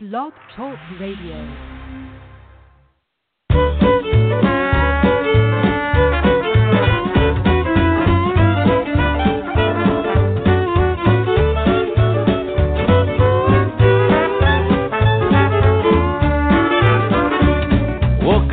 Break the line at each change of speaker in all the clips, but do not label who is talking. Blog Talk Radio.
Woke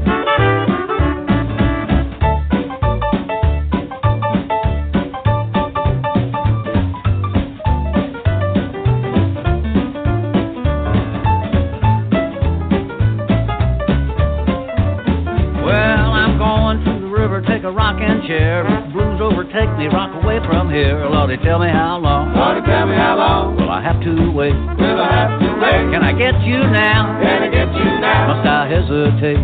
hesitate? Well, I'm going to the river, take a rocking chair. Blues overtake me, rock away from here. Lordy, tell me how long.
Lordy, tell me how long.
Will I have to wait?
Will I have to wait?
Can I get you now?
Can I get you now?
Must I hesitate?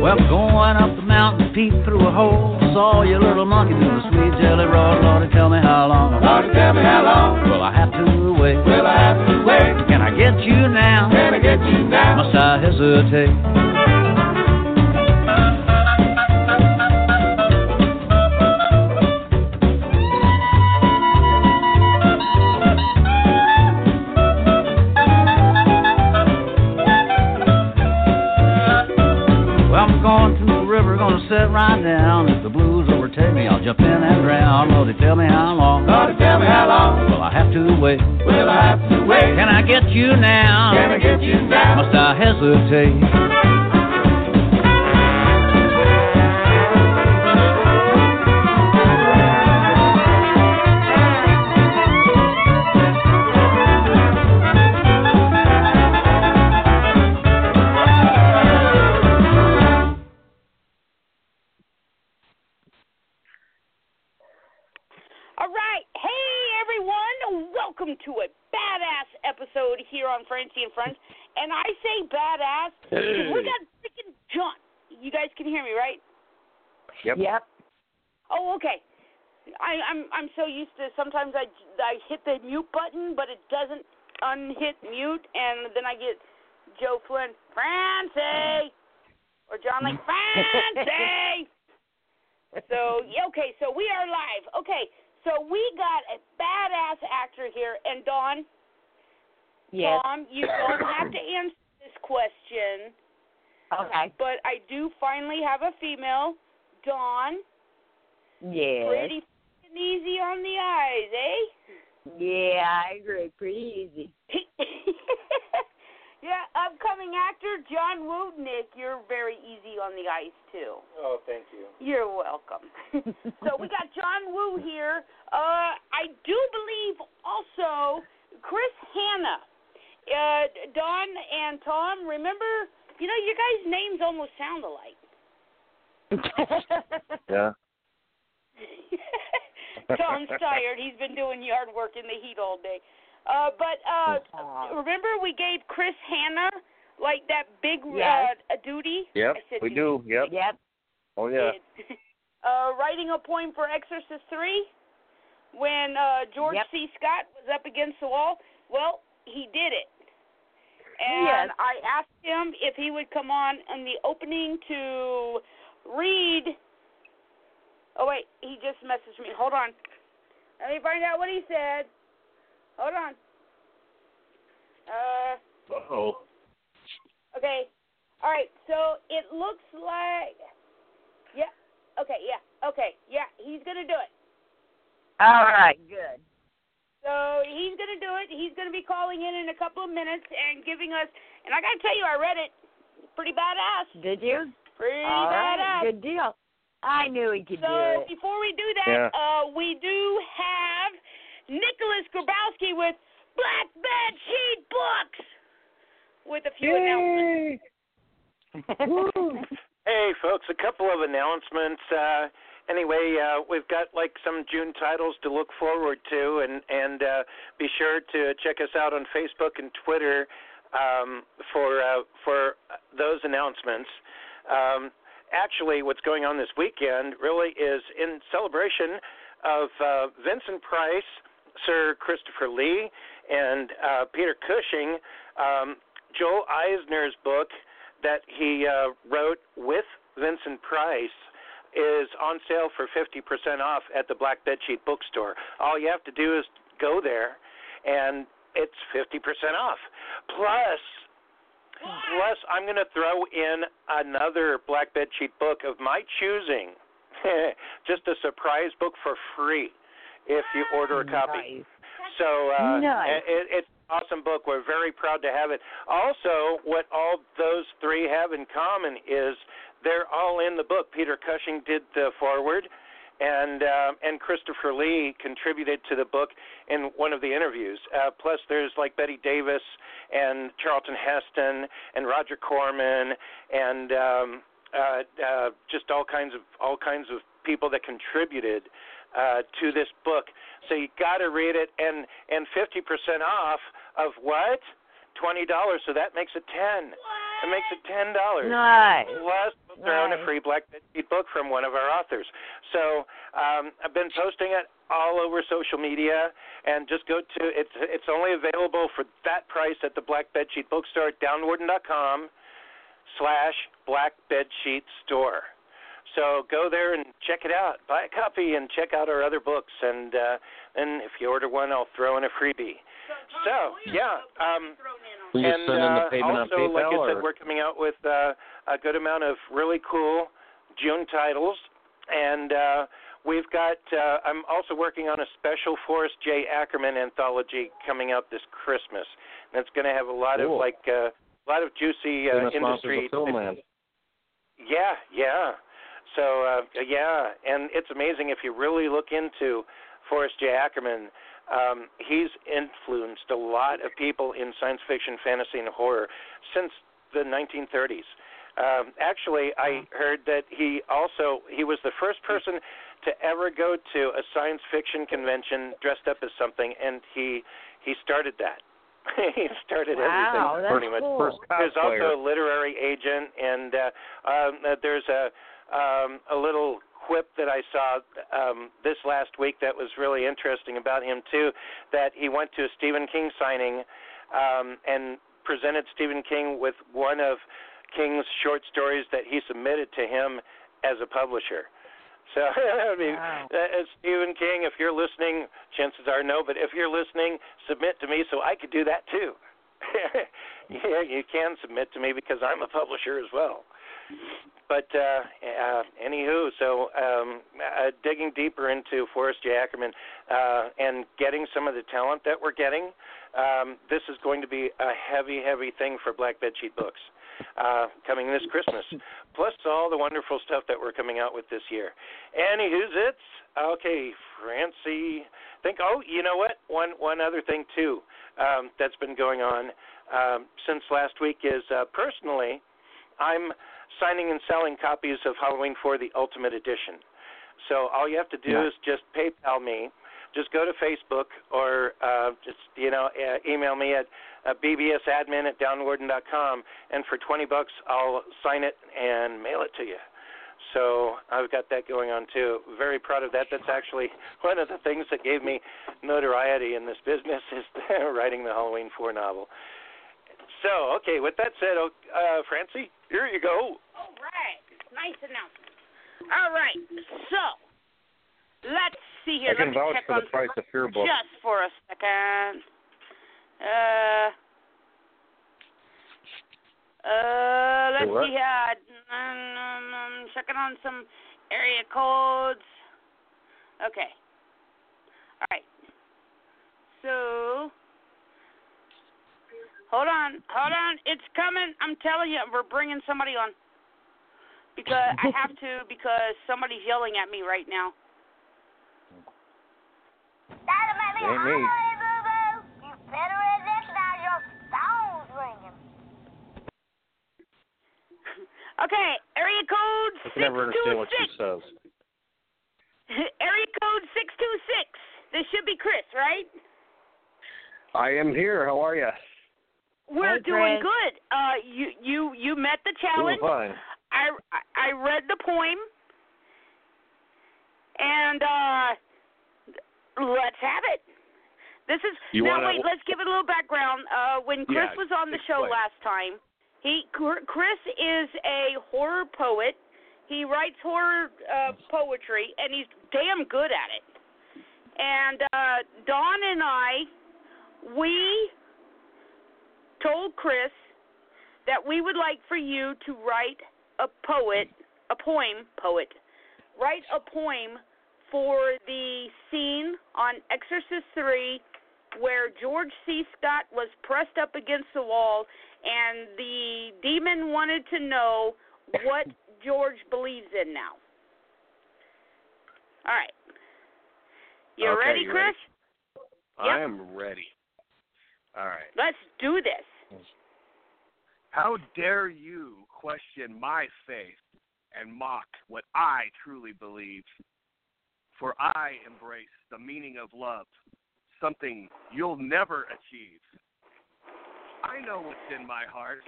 Well, going up the mountain, peeped through a hole. Saw your little monkey do the sweet jelly roll. Lordy, tell me how long.
Lordy, tell me how long.
Will I have to wait?
Will I have to wait?
Can I get you now?
Can I get you now?
Must I hesitate? Well, I'm going to the river, gonna sit right down. If the blues overtake me, I'll jump in and drown. Lordy, tell me how long.
Lordy, tell me how long.
Will I have to wait?
Will I have to wait?
Can I get you now?
Can I get you now?
Must I hesitate?
All right. Hey, everyone. Welcome to a badass episode here on Francie and Friends. And I say badass because we got freaking John. You guys can hear me, right?
Yep.
Oh, okay. I, I'm I'm so used to sometimes I, I hit the mute button, but it doesn't unhit mute, and then I get Joe Flynn, Francie, or John like Francie. so yeah, okay, so we are live. Okay, so we got a badass actor here, and Dawn,
Yes.
Mom, you don't have to answer this question,
Okay.
but I do finally have a female, Dawn.
Yes.
Pretty f***ing easy on the eyes, eh?
Yeah, I agree. Pretty easy.
yeah, upcoming actor John Woo, Nick, you're very easy on the eyes too.
Oh, thank you.
You're welcome. so we got John Woo here. Uh, I do believe also Chris Hanna, uh, Don and Tom. Remember, you know, your guys' names almost sound alike.
Yeah.
Tom's tired. He's been doing yard work in the heat all day. Uh, but uh, remember, we gave Chris Hanna like that big
Yes.
uh, a duty.
Yep,
I said
we
duty.
do. Yep.
yep.
Oh yeah.
Uh, writing a poem for Exorcist Three, when uh, George
Yep.
C. Scott was up against the wall. Well, he did it, and
Yes.
I asked him if he would come on in the opening to read. Oh wait, he just messaged me. Hold on, let me find out what he said. Hold on. Uh.
Oh.
Okay. All right. So it looks like. Yeah. Okay. Yeah. Okay. Yeah. He's gonna do it.
All right, good.
So he's gonna do it. He's gonna be calling in in a couple of minutes and giving us. And I gotta tell you, I read it. Pretty badass.
Did you?
Pretty
All right,
badass.
good deal. I knew he could
So
do it.
before we do
Yeah.
that, uh, we do have Nicholas Grabowski with Black Bed Sheet Books with a few announcements.
Hey, folks, a couple of announcements. Uh, anyway, uh, we've got like some June titles to look forward to, and and uh, be sure to check us out on Facebook and Twitter um, for uh, for those announcements. Um, actually, what's going on this weekend really is in celebration of uh, Vincent Price, Sir Christopher Lee, and uh, Peter Cushing. Um, Joel Eisner's book that he uh, wrote with Vincent Price is on sale for 50% off at the Black Bedsheet Bookstore. All you have to do is go there, and it's 50% off. Plus, Plus, I'm going to throw in another black bed sheet book of my choosing. Just a surprise book for free if you order a copy.
Nice.
So uh,
Nice.
it, it's an awesome book. We're very proud to have it. Also, what all those three have in common is they're all in the book. Peter Cushing did the forward, and uh, and Christopher Lee contributed to the book in one of the interviews. Uh, plus, there's like Betty Davis and Charlton Heston and Roger Corman and um, uh, uh, just all kinds of all kinds of people that contributed uh, to this book. So you got to read it, and and fifty percent off of what? Twenty dollars. So that makes it ten. It makes it ten dollars.
Nice.
Plus, we'll throw in a
Right.
free Black Bedsheet book from one of our authors. So um, I've been posting it all over social media, and just go to it's it's only available for that price at the Black Bedsheet Bookstore at downwarden.com slash Black Bedsheet Store. So go there and check it out. Buy a copy and check out our other books, and uh, and if you order one, I'll throw in a freebie. So yeah. Um,
Will you
and
send in the
uh,
payment
also,
on PayPal?
like I
or?
said, we're coming out with uh, a good amount of really cool June titles, and uh, we've got. Uh, I'm also working on a special Forrest J. Ackerman anthology coming out this Christmas, and it's going to have a lot
Cool.
of like uh, a lot of juicy
Famous Monsters of
uh, industry.
Filmland.
Yeah, yeah. So uh, yeah, and it's amazing if you really look into Forrest J. Ackerman. Um, he's influenced a lot of people in science fiction, fantasy, and horror since the 1930s. Um, actually, I heard that he also he was the first person to ever go to a science fiction convention dressed up as something, and he he started that. he started
Wow,
everything
that's
pretty much.
cool.
First
There's
cosplayer.
also a literary agent, and uh, um, uh, there's a um, a little quip that I saw um, this last week that was really interesting about him too. That he went to a Stephen King signing um, and presented Stephen King with one of King's short stories that he submitted to him as a publisher. So I mean,
Wow.
uh, uh, Stephen King, if you're listening, chances are no, but if you're listening, submit to me so I could do that too. yeah, you can submit to me because I'm a publisher as well. But uh, uh, anywho, so um, uh, digging deeper into Forrest J. Ackerman uh, and getting some of the talent that we're getting, um, this is going to be a heavy, heavy thing for Black Bedsheet Books uh, coming this Christmas. Plus all the wonderful stuff that we're coming out with this year. Anywho's it's okay, Francie. Think. Oh, you know what? One one other thing too um, that's been going on um, since last week is uh, personally, I'm signing and selling copies of Halloween for the Ultimate Edition. So all you have to do
Yeah.
is just PayPal me. Just go to Facebook or uh, just you know uh, email me at uh, bbsadmin at downwarden.com, and for twenty bucks I'll sign it and mail it to you. So I've got that going on too. Very proud of that. That's actually one of the things that gave me notoriety in this business is writing the Halloween Four novel. So, okay, with that said, uh, Francie, here you go.
All right. Nice announcement. All right. So, let's see here.
I can
Let me
vouch
check
for the
on
price of Fear Book.
Just for a second. Uh. Uh, let's
what?
see. Uh, um, um, um, checking on some area codes. Okay. All right. So, hold on, hold on. It's coming. I'm telling you, we're bringing somebody on. Because I have to, because somebody's yelling at me right now.
It ain't me.
Okay, area code
I can
six
never
two
understand what she
six.
says.
Area code six two six. This should be Chris, right?
I am here. How are you?
We're
Hey,
doing
Chris.
good. Uh, you you you met the
Doing
challenge.
fine.
I I I read the poem. And uh, let's have it. This is
You
now.
wanna-
Wait, let's give it a little background. Uh, when Chris
Yeah,
was on the show
explain.
last time, he Cr- Chris is a horror poet. He writes horror uh, poetry, and he's damn good at it. And uh, Don and I, we told Chris that we would like for you to write a poet, a poem, poet, write a poem for the scene on Exorcist 3 where George C. Scott was pressed up against the wall and the demon wanted to know what George believes in now. All right. You
Okay,
ready,
you
Chris?
ready? I
Yep.
am ready. All right.
Let's do this.
How dare you question my faith and mock what I truly believe? For I embrace the meaning of love, something you'll never achieve. I know what's in my heart.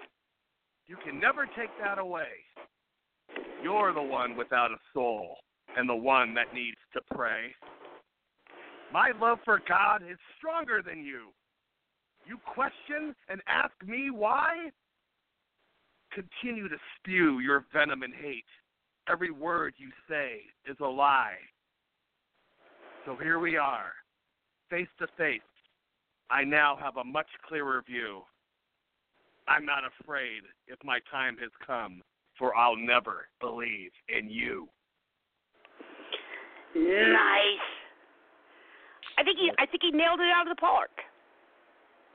You can never take that away. You're the one without a soul and the one that needs to pray. My love for God is stronger than you. You question and ask me why? continue to spew your venom and hate. Every word you say is a lie. So here we are, face to face. I now have a much clearer view. I'm not afraid if my time has come, for I'll never believe in you.
Nice. I think he I think he nailed it out of the park.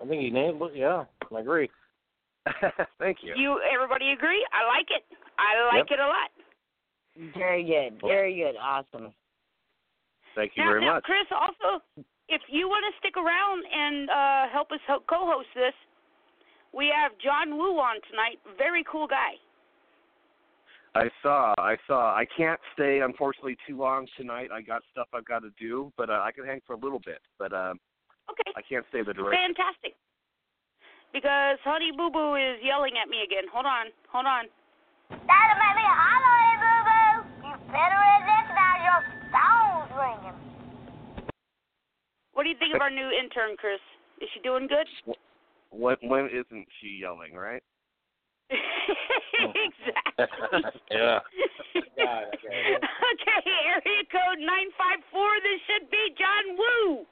I think you nailed it. Yeah, I agree. Thank you.
You everybody agree? I like it. I like it a lot.
Very good. Very good. Awesome.
Thank you
now,
very
now,
much.
Chris, also, if you want to stick around and uh, help us ho- co-host this, we have John Woo on tonight. Very cool guy.
I saw, I saw. I can't stay, unfortunately, too long tonight. I got stuff I've got to do, but uh, I can hang for a little bit. But uh,
Okay,
I can't stay the duration.
fantastic. Because Honey Boo Boo is yelling at me again. Hold on, hold on. What do you think of our new intern, Chris? Is she doing good?
When, when isn't she yelling, right?
exactly.
yeah.
God, okay.
okay, area code 954. This should be John Woo.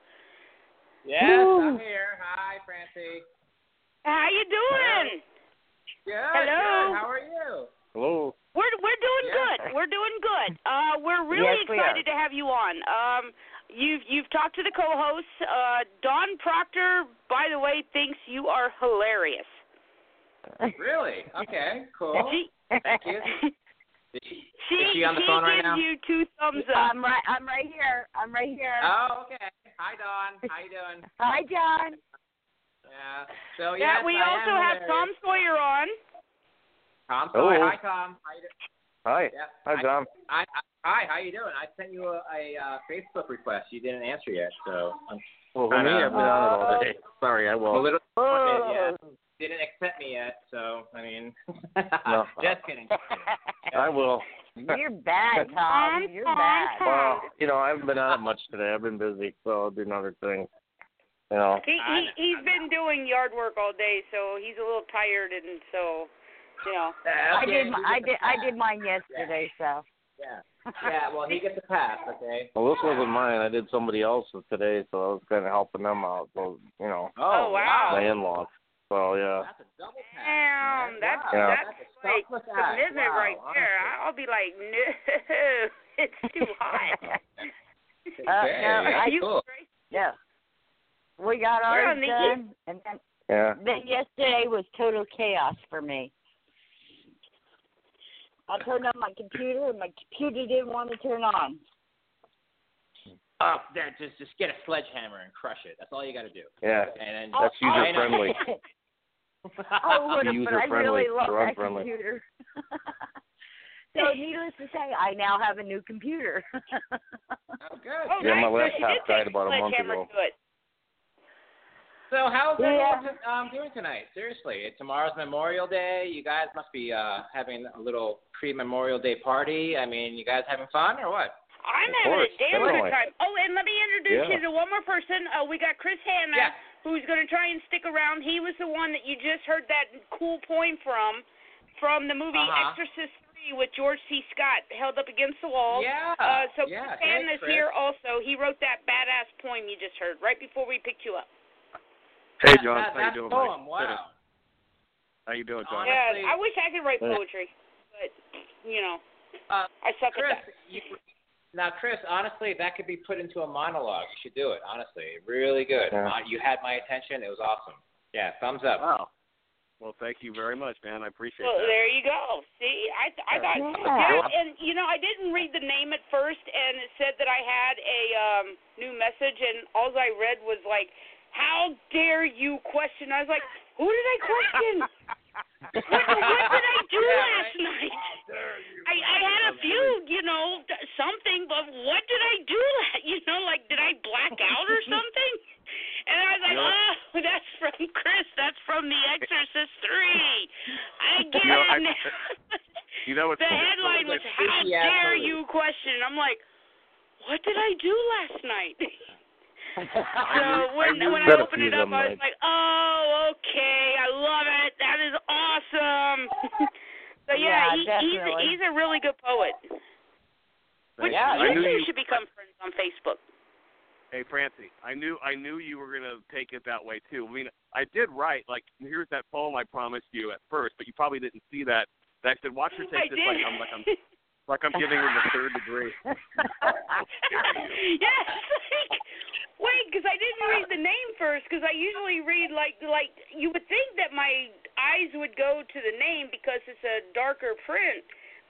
Yes, I'm here. Hi, Francie.
How you doing?
Good.
Hello.
Good. How are you?
Hello.
We're we're doing
Yeah.
good. We're doing good. Uh, we're really
Yes, we
excited to have you on. Um, you've you've talked to the co-hosts. Uh, Don Proctor, by the way, thinks you are hilarious.
Really? Okay. Cool.
She
Thank you. Is she, is she on the
she
phone right
gives
now? Um,
you two thumbs up.
I'm right. I'm right here. I'm right here.
Uh,
Oh, okay. Hi, Dawn. How you doing?
Hi, John.
Yeah. So
yeah,
yes,
we
I
also
am
have
hilarious.
Tom Sawyer on.
Tom Sawyer.
Hello.
Hi, Tom. How you doing?
Hi.
Yeah.
Hi, Tom.
I, I, hi. How you doing? I sent you a, a uh, Facebook request. You didn't answer yet, so I'm
Well,
I
me,
know.
I've been on it all day. Sorry, I
a
will.
little disappointed. Yeah.
Oh.
Didn't accept me yet, so I mean,
No.
just kidding.
I will.
You're bad,
Um,
Tom.
I'm
You're
fine.
bad.
uh,
Well, you know, I haven't been on it much today. I've been busy, so I'll do other things.
You know.
He, he he's been doing yard work all day, so he's a little tired, and so you know.
Uh,
I did my, I did I did mine yesterday, so.
Yeah. Yeah, well, he gets a pass, okay?
Well, this wasn't mine. I did somebody else's today, so I was kind of helping them out. So you know.
Oh, wow.
My in-laws. So yeah.
Damn, that's
Yeah.
that's like commitment
Wow,
right there. I'll be like, no, it's too hot.
Uh,
Okay,
no, I,
that's cool.
Yeah. We got
You're
ours
on the
done, and then
Yeah.
Then yesterday was total chaos for me. I turned on my computer and my computer didn't want to turn on.
Oh, that just just get a sledgehammer and crush it. That's all you got to do.
Yeah.
And then Oh,
That's user friendly.
Oh, I would have, but I
User-friendly,
really love that
drug-friendly.
computer. so needless to say, I now have a new computer.
oh, good.
Oh,
Yeah,
nice.
my
So she
laptop
did
died
take
about a month
sledgehammer
ago.
to it.
So how's everyone
Yeah.
to- um, doing tonight? Seriously, tomorrow's Memorial Day. You guys must be uh, having a little pre-Memorial Day party. I mean, you guys having fun or what?
I'm
Of
having
course,
a damn good
definitely.
time. Oh, and let me introduce
Yeah.
you to one more person. Uh, we got Chris Hanna,
Yeah.
who's going to try and stick around. He was the one that you just heard that cool poem from, from the movie
Uh-huh.
Exorcist 3 with George C. Scott, held up against the wall.
Yeah.
Uh, so
yeah.
Chris
thanks,
Hanna's
Chris.
here also. He wrote that badass poem you just heard right before we picked you up.
Hey,
That-
John,
that-
how you
that
doing? buddy?
Poem. Wow.
How you doing, John?
Honest- Honestly-
yeah, I wish I could write
Yeah.
poetry, but you know,
Uh,
I suck
Chris,
at that.
you, now Chris, honestly, that could be put into a monologue. You should do it. Honestly, really good.
Yeah.
Uh, you had my attention. It was awesome. Yeah, thumbs up.
Wow. Well, thank you very much, man. I appreciate
Well,
that.
there you go. See, I I got
Yeah.
yeah, and you know I didn't read the name at first, and it said that I had a um new message, and all I read was like, "How dare you question?" I was like, "Who did I question? what, what did I do last night?" I I had a few, you know, th- something, but what did I do? la- You know, like did I black out or something? And I was like, oh, that's from Chris. That's from The Exorcist Three. I get
You know,
it.
I-
now.
You know what's
the headline was "How
Yeah,
dare
totally.
you question?" I'm like, what did I do last night? So when when I
Better
opened it
few
up,
of them,
I was
like-
like, oh, okay, I love it. That is awesome. so
Yeah,
yeah, he, he's
definitely.
he's a really good poet. Which
Yeah,
I
you
knew
two
you-
should become friends on Facebook.
Hey, Francie, I knew I knew you were gonna take it that way too. I mean, I did write like here's that poem I promised you at first, but you probably didn't see that. And I said, watch her
I
take this
did.
like I'm like I'm like I'm giving her the third degree.
yes. Like, wait, because I didn't read the name first. Because I usually read like like you would think that my eyes would go to the name because it's a darker print,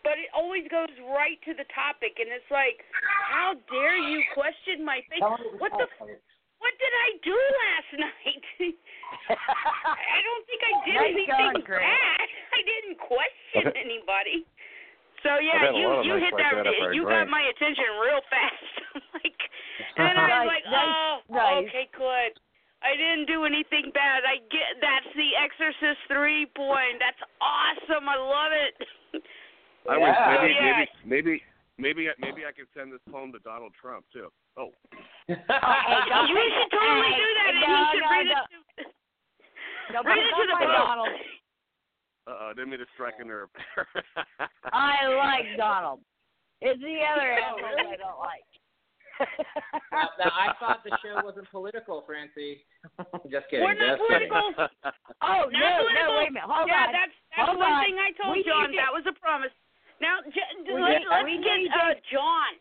but it always goes right to the topic, and it's like, how dare you question my faith? What the? f- What did I do last night? I don't think I did
Nice
anything
going, Grant.
bad. I didn't question
Okay.
anybody. So
I've
yeah,
had a
you
lot of
you
nights
hit
like
that.
that if I
you got
drank.
my attention real fast. like, and then I was
Nice,
like,
nice,
oh,
nice.
okay, good. I didn't do anything bad. I get that's the Exorcist three point. That's awesome. I love it.
I was
Yeah.
maybe
Yeah.
maybe maybe maybe I- maybe I could send this poem to Donald Trump too. Oh,
you should totally do that, and
No,
you should
no,
read
no.
it. To,
No, but
read it to
not my
the book.
Donald.
uh oh, didn't mean to strike a nerve.
I like Donald. It's the other animal I don't like.
now, now, I thought the show wasn't political, Francie. just kidding.
We're not
just kidding.
political.
Oh no,
Not
no,
political.
wait a minute. Hold
yeah,
on.
that's that's
Hold
one
on.
thing I told
We
John.
need to-
That was a promise. Now, j-
We
let's
need-
let's
we
get
need
uh, John.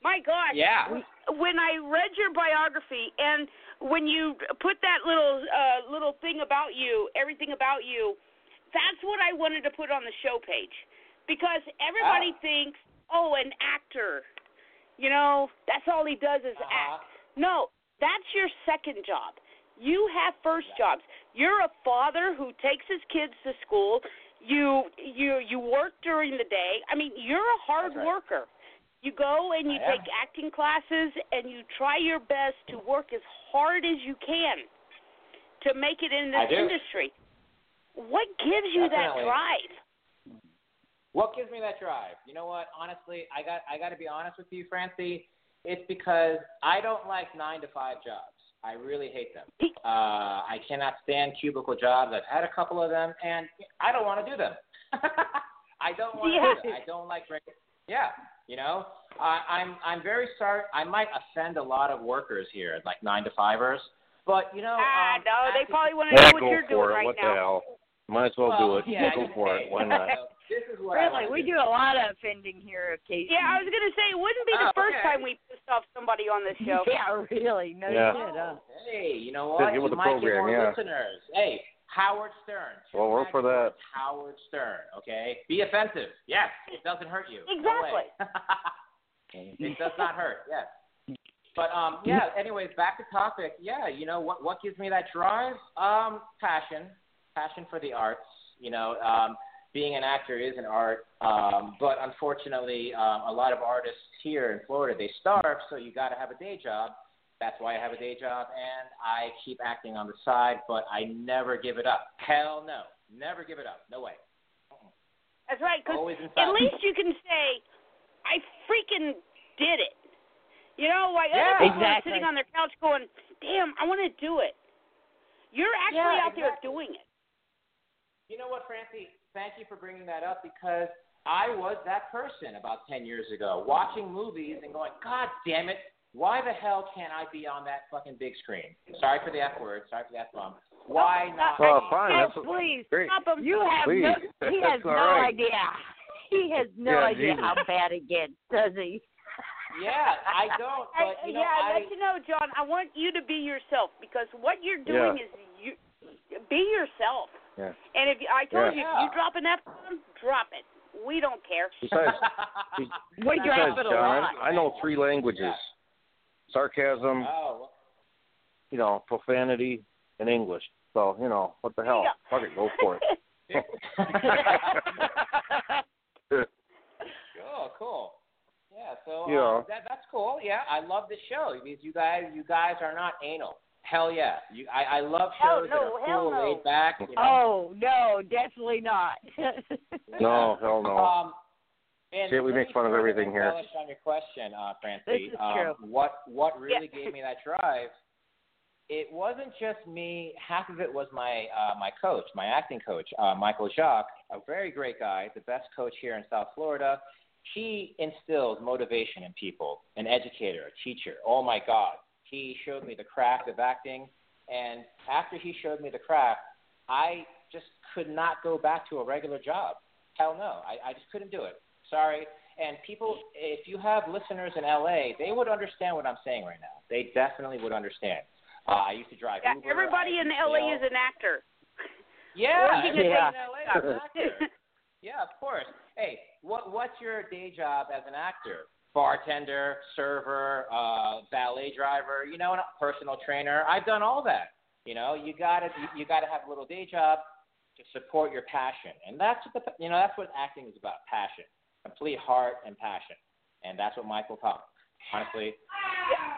My God.
Yeah.
when I read your biography and when you put that little uh, little thing about you, everything about you, that's what I wanted to put on the show page because
Ah.
everybody thinks, oh, an actor, you know, that's all he does is
Uh-huh.
act. No, that's your second job. You have first jobs. You're a father who takes his kids to school. You you you work during the day. I mean, you're a hard
That's right.
worker. You go and you
I am.
take acting classes and you try your best to work as hard as you can to make it in
I
this
do.
industry. What gives you that
Definitely.
drive?
What gives me that drive? You know what? Honestly, I got I got to be honest with you, Francie. It's because I don't like nine to five jobs. I really hate them. Uh, I cannot stand cubicle jobs. I've had a couple of them, and I don't want to do them. I don't want
Yeah.
to do them. I don't like. reg- Yeah, you know, I, I'm I'm very sorry. I might offend a lot of workers here, like nine to fivers. But you know,
ah,
um,
no, they
after-
probably want to
Yeah,
know what
go
you're
for
doing
it.
right
what
now.
the hell? Might as well, do it.
yeah,
go
I
for
say,
it. Why
you
not?
know, this is what I
Really,
wanna
we
do.
do a lot of offending here occasionally.
Yeah, I was gonna say it wouldn't be the
Oh,
first
okay.
time we pissed off somebody on this show.
Yeah, really. No
Yeah.
shit, huh?
Oh, Hey, you know
Good,
what?
get with the
You might get
program,
more
yeah.
listeners. Hey, Howard Stern.
Well, work for that.
Howard Stern. Okay, be offensive. Yes, it doesn't hurt you. No way. it does not hurt. Yes. But um, yeah. Anyways, back to topic. Yeah, you know what? What gives me that drive? Um, passion, passion for the arts. You know, um, being an actor is an art. Um, but unfortunately, um, a lot of artists here in Florida they starve, so you got to have a day job. That's why I have a day job, and I keep acting on the side, but I never give it up. Hell no, never give it up. No way.
That's right, 'cause
Always inside.
at least you can say, I freaking did it. You know, like
Yeah.
other people
Exactly.
are sitting on their couch going, damn, I want to do it. You're actually
Yeah,
out
exactly.
there doing it.
You know what, Francie? Thank you for bringing that up because I was that person about 10 years ago, watching movies and going, God damn it, why the hell can't I be on that fucking big screen? Sorry for the F word. Sorry for the F bomb. Why
Oh,
not?
Oh, Well,
me?
fine.
Yes,
That's what-
please.
great.
Stop 'em.
You have
Please.
no. He has
That's all
no
right.
idea. He has no
Yeah,
idea
Jesus.
how bad it gets, does he?
Yeah, I don't.
I,
But, you know,
yeah,
I,
I let you know, John. I want you to be yourself because what you're doing
Yeah.
is you be yourself.
Yeah.
And if you, I told you,
Yeah.
if you drop an F bomb, drop it. We don't care.
Besides,
We
besides
drop it a lot.
John, I know three languages: sarcasm,
oh,
you know, profanity, and English. So you know, what the hell?
Yeah.
Fuck it, go for it.
Oh, cool. Yeah, so um,
Yeah.
that that's cool. Yeah, I love the show because you guys you guys are not anal. Hell yeah. You I, I love
Oh,
shows
no,
that are
hell
cool,
no.
laid back. You know?
Oh no, definitely not.
No, hell no.
Um and
Shit, we
let
make
me
fun of
further
everything here.
embellish on your question, uh, Francie.
This is
um,
true.
What what really
Yeah.
gave me that drive? It wasn't just me. Half of it was my uh, my coach, my acting coach, uh, Michael Jacques, a very great guy, the best coach here in South Florida. He instills motivation in people, an educator, a teacher. Oh my God, he showed me the craft of acting, and after he showed me the craft, I just could not go back to a regular job. Hell no, I, I just couldn't do it. Sorry. And people, if you have listeners in LA, they would understand what I'm saying right now. They definitely would understand. Uh, I used to drive
Yeah,
Uber.
everybody
I,
in
you
LA
know-
is an actor.
yeah,
Working
everybody
at-
in LA is an actor. Yeah, of course. Hey, what what's your day job as an actor? Bartender, server, uh, valet driver, you know, and a personal trainer. I've done all that. You know, you gotta you, you gotta have a little day job to support your passion, and that's what the, you know that's what acting is about: passion, complete heart and passion, and that's what Michael taught, honestly.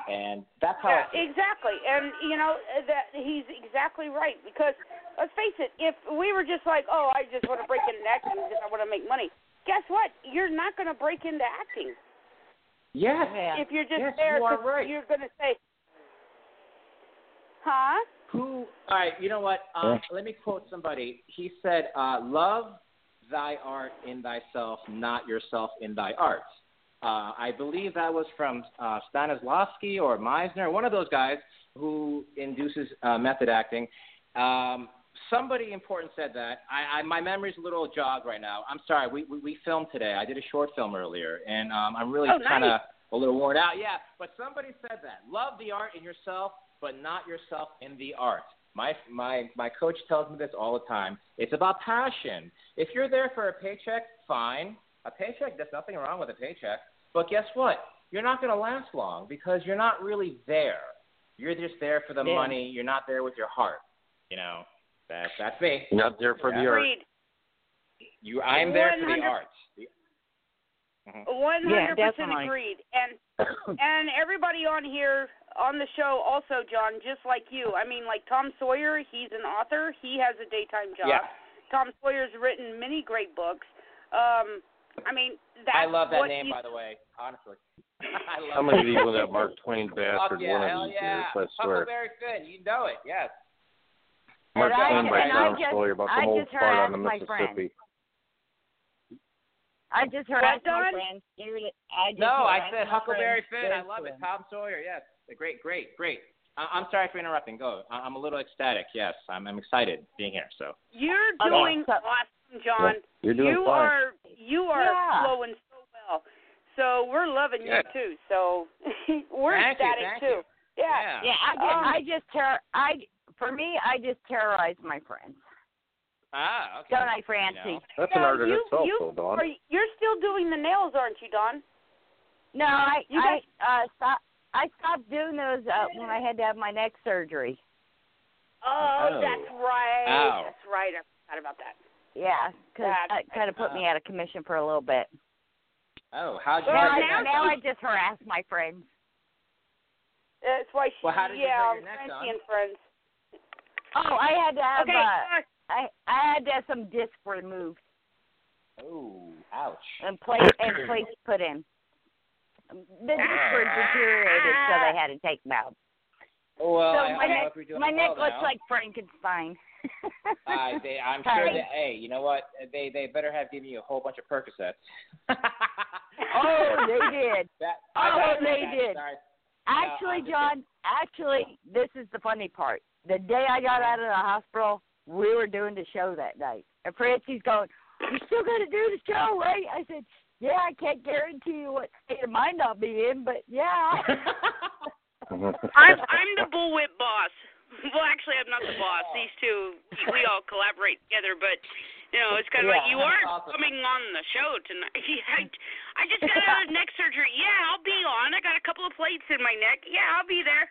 And that's how.
Yeah,
I feel.
exactly. And you know that he's exactly right because let's face it, if we were just like, oh, I just want to break into acting because I want to make money. Guess what? You're not going to break into acting
Yes.
Yeah.
if you're just
Yes,
there.
you are
'cause
right.
You're going to say, huh?
Who? All right, you know what? Um, Let me quote somebody. He said, uh, "Love thy art in thyself, not yourself in thy art." Uh, I believe that was from uh, Stanislavski or Meisner, one of those guys who induces uh, method acting. Um, somebody important said that. I, I, my memory's a little jogged right now. I'm sorry. We, we we filmed today. I did a short film earlier, and um, I'm really
Oh, nice.
kind of a little worn out. Yeah, but somebody said that. Love the art in yourself, but not yourself in the art. My my my coach tells me this all the time. It's about passion. If you're there for a paycheck, fine. A paycheck, there's nothing wrong with a paycheck. But guess what? You're not going to last long because you're not really there. You're just there for the
Yeah.
money. You're not there with your heart. You know, that, that's me.
Not there for the art.
Agreed.
You, I'm there for the
100
arts.
One
Yeah,
hundred percent
definitely.
agreed. And and everybody on here on the show also, John, just like you. I mean, like Tom Sawyer, he's an author. He has a daytime job.
Yeah.
Tom Sawyer's written many great books. Um, I mean, that's
I love that
what
name,
you-
by the way. Honestly, I love
I'm gonna
that
get even
name.
that Mark Twain bastard
Fuck yeah,
one
hell
of these
yeah.
days. I swear.
Huckleberry Finn, you know it. Yes.
Mark
And I-
Twain by
and I
Tom
just-
Sawyer about
I
some old
just
fart on the
harassed my
Mississippi.
I just heard
What,
my
Don?
friend Stuart. I just
No, I
harassed
said
my
Huckleberry
friend
Finn. I
Stuart
love it.
Twin.
Tom Sawyer. Yes. Great, great, great. I- I'm sorry for interrupting. Go. I- I'm a little ecstatic. Yes, I'm, I'm excited being here. So.
You're
Okay,
doing
so-
awesome, John.
You're doing
you
fine.
are you are
Yeah.
flowing so well. So we're loving
Yeah.
you too. So we're
Thank you,
ecstatic
thank
too. Yeah.
Yeah, I,
Um,
Oh.
I just terror. I for me, I just terrorize my friends.
Ah. Okay.
Don't I, Francie?
That's
No,
an art in
you-
itself,
you
though, Don.
Are you, you're still doing the nails, aren't you, Don?
No, I
You guys-
I uh, stop. I stopped doing those uh, when I had to have my neck surgery.
Oh,
Oh.
that's right.
Ow.
That's right. I forgot about that.
Yeah, because
That's-
that kind of put me out of commission for a little bit.
Oh, how'd you?
Now,
Well,
hurt
I,
your
now-
neck?
now I just harass my friends.
That's why she.
Well, how did you
yeah,
hurt your neck,
Francie
Don?
and friends.
Oh, I had to have.
Okay.
Uh,
uh,
I I had to have some disc removed
Oh, ouch.
and plate and plates put in. The discs were deteriorated, so they had to take them out.
Oh, Well,
so
I,
my
I
neck,
hope you're doing
my neck
well
looks
now.
like Frankenstein.
Uh, they, I'm sure that. Hey, you know what? They they better have given you a whole bunch of Percocets.
oh, they did.
That, I
Oh, they did.
Sorry.
Actually,
I'm just-
John. Actually, this is the funny part. The day I got out of the hospital, we were doing the show that night, and Francie's going, "You still got to do the show, right?" I said, "Yeah, I can't guarantee you what state it might not be in, but yeah."
Oh,
I'm I'm the bullwhip boss. Well, actually, I'm not the boss. These two, we all collaborate together. But you know, it's kind of like
Yeah,
you
that's
are
awesome.
coming on the show tonight. I, I just got out of neck surgery. Yeah, I'll be on. I got a couple of plates in my neck. Yeah, I'll be there.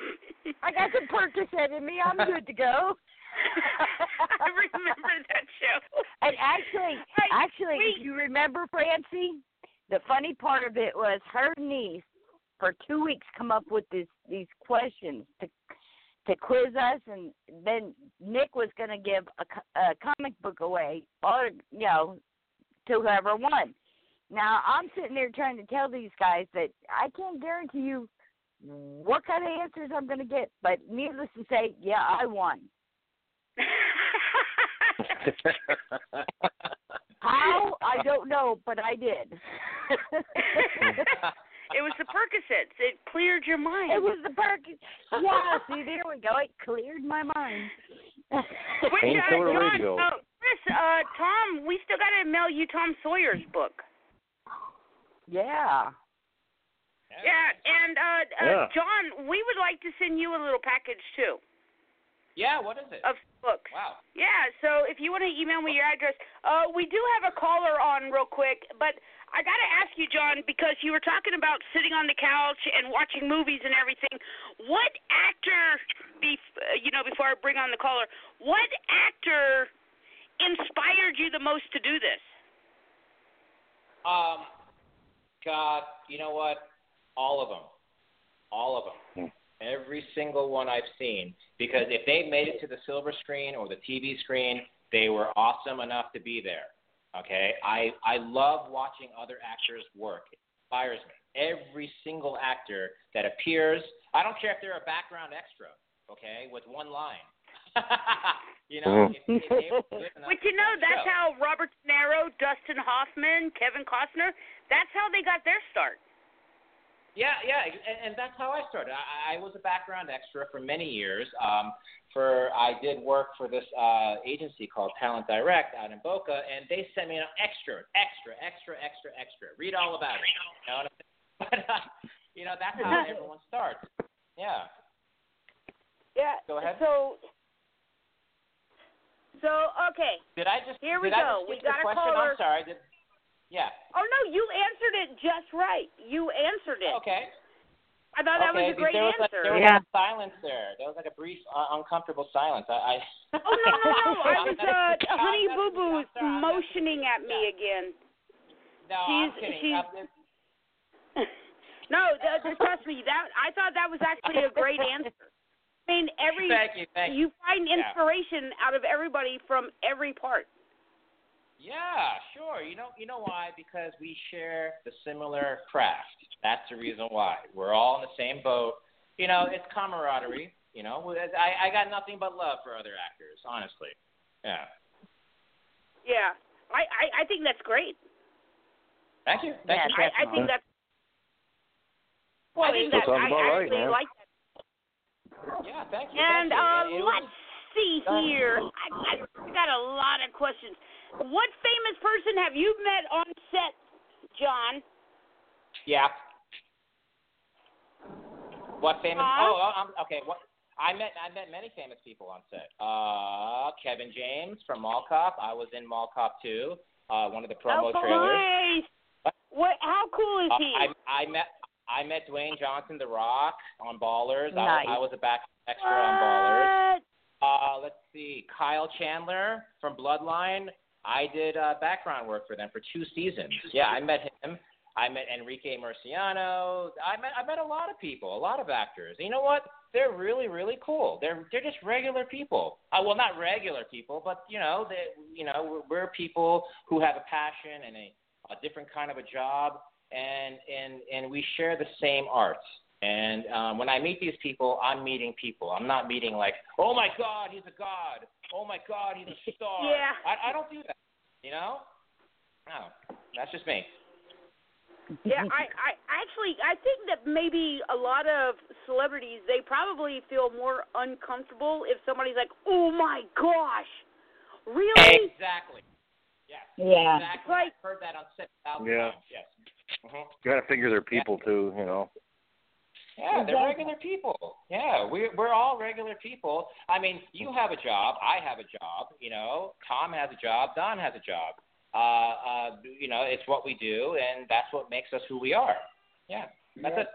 I got some Percocet in me. I'm good to go.
I remember that show.
And actually,
Hey,
actually,
wait.
if you remember, Francie, the funny part of it was her niece for two weeks come up with this, these questions to to quiz us, and then Nick was going to give a, co- a comic book away, or you know, to whoever won. Now I'm sitting there trying to tell these guys that I can't guarantee you what kind of answers I'm going to get, but needless to say, yeah, I won. How I don't know, but I did.
it was the Percocets. It cleared your mind.
it was the park. Yeah, see, there we go. It cleared my mind.
Which, uh,
Painkiller
John,
Radio.
Uh, Chris, uh, Tom, we still got to mail you Tom Sawyer's book.
yeah.
Yeah, and uh, uh,
Yeah.
John, we would like to send you a little package too
Yeah. What is it?
of books.
Wow.
Yeah, so if you want to email me your address, uh, we do have a caller on real quick, but I got to ask you, John, because you were talking about sitting on the couch and watching movies and everything. What actor, bef- you know, before I bring on the caller, what actor inspired you the most to do this?
Um, God, you know what? All of them, all of them, every single one I've seen. Because if they made it to the silver screen or the TV screen, they were awesome enough to be there. Okay, I I love watching other actors work. It inspires me. Every single actor that appears, I don't care if they're a background extra. Okay, with one line. you know, if, if they were good enough
But you know,
for the
that's
show.
how Robert De Niro, Dustin Hoffman, Kevin Costner, that's how they got their start.
Yeah, yeah, and, and that's how I started. I, I was a background extra for many years. Um, for I did work for this uh, agency called Talent Direct out in Boca, and they sent me an extra, extra, extra, extra, extra. Read all about it. You know, what I'm saying? but, uh, you know that's how everyone starts. Yeah.
Yeah.
Go ahead.
So, so okay.
Did I just?
Here we
did I
go.
just
We
skip
got a
the question?
caller.
I'm sorry. Did, yeah.
Oh no, you answered it just right. You answered it.
Okay.
I thought that
okay.
was a great
there was like,
answer.
There was
Yeah.
like a silence there. There was like a brief, uh, uncomfortable silence. I. I
oh no no no! I was uh,
I'm
Honey
not-
Boo Boo's
I'm sorry, I'm not-
motioning at me again.
No, Oh, I'm
She's-
kidding.
she's-
I'm-
No, th- th- trust me. That I thought that was actually a great answer. I mean, every
Thank you, thank you.
you find
Yeah.
inspiration out of everybody from every part.
Yeah, Yeah, sure. You know, you know why? Because we share the similar craft. That's the reason why. We're all in the same boat. You know, it's camaraderie. You know, I I got nothing but love for other actors, honestly. Yeah.
Yeah, I I, I think that's great.
Thank you.
Thank
yeah,
you. I, I think that's.
Well,
I think
it's-
that I
Sounds about right,
actually
man.
like that.
Yeah, thank you.
And
thank you.
um,
it was-
let's see here. I, I got a lot of questions. What famous person have you met on set, John?
Yeah. What famous?
Huh?
Oh, oh, um, okay. What? I met I met many famous people on set. Uh, Kevin James from Mall Cop. I was in Mall Cop 2, uh, one of the promo
oh,
trailers.
nice. What? How cool is
Uh,
he?
I I met I met Dwayne Johnson, The Rock, on Ballers.
Nice.
I, I was a back extra on Ballers. Uh, let's see, Kyle Chandler from Bloodline. I did uh, background work for them for two seasons. Yeah, I met him. I met Enrique Murciano. I met I met a lot of people, a lot of actors. You know what? They're really really cool. They're they're just regular people. Uh, well, not regular people, but you know they you know we're, we're people who have a passion and a, a different kind of a job, and and and we share the same arts. And um, when I meet these people, I'm meeting people. I'm not meeting like, oh my God, he's a god. Oh my God, he's a star.
Yeah.
I, I don't do that. You know? No, that's just me.
yeah, I, I actually I think that maybe a lot of celebrities they probably feel more uncomfortable if somebody's like, "Oh my gosh, really?"
Exactly. Yes.
Yeah.
Exactly.
Right.
I've heard that on set a thousand
Yeah.
times. Yes. Mhm.
You gotta figure they're people too, you know.
Yeah, they're
Exactly.
regular people. Yeah, we're we're all regular people. I mean, you have a job, I have a job, you know, Tom has a job, Don has a job. Uh, uh, you know, it's what we do, and that's what makes us who we are. Yeah, that's it.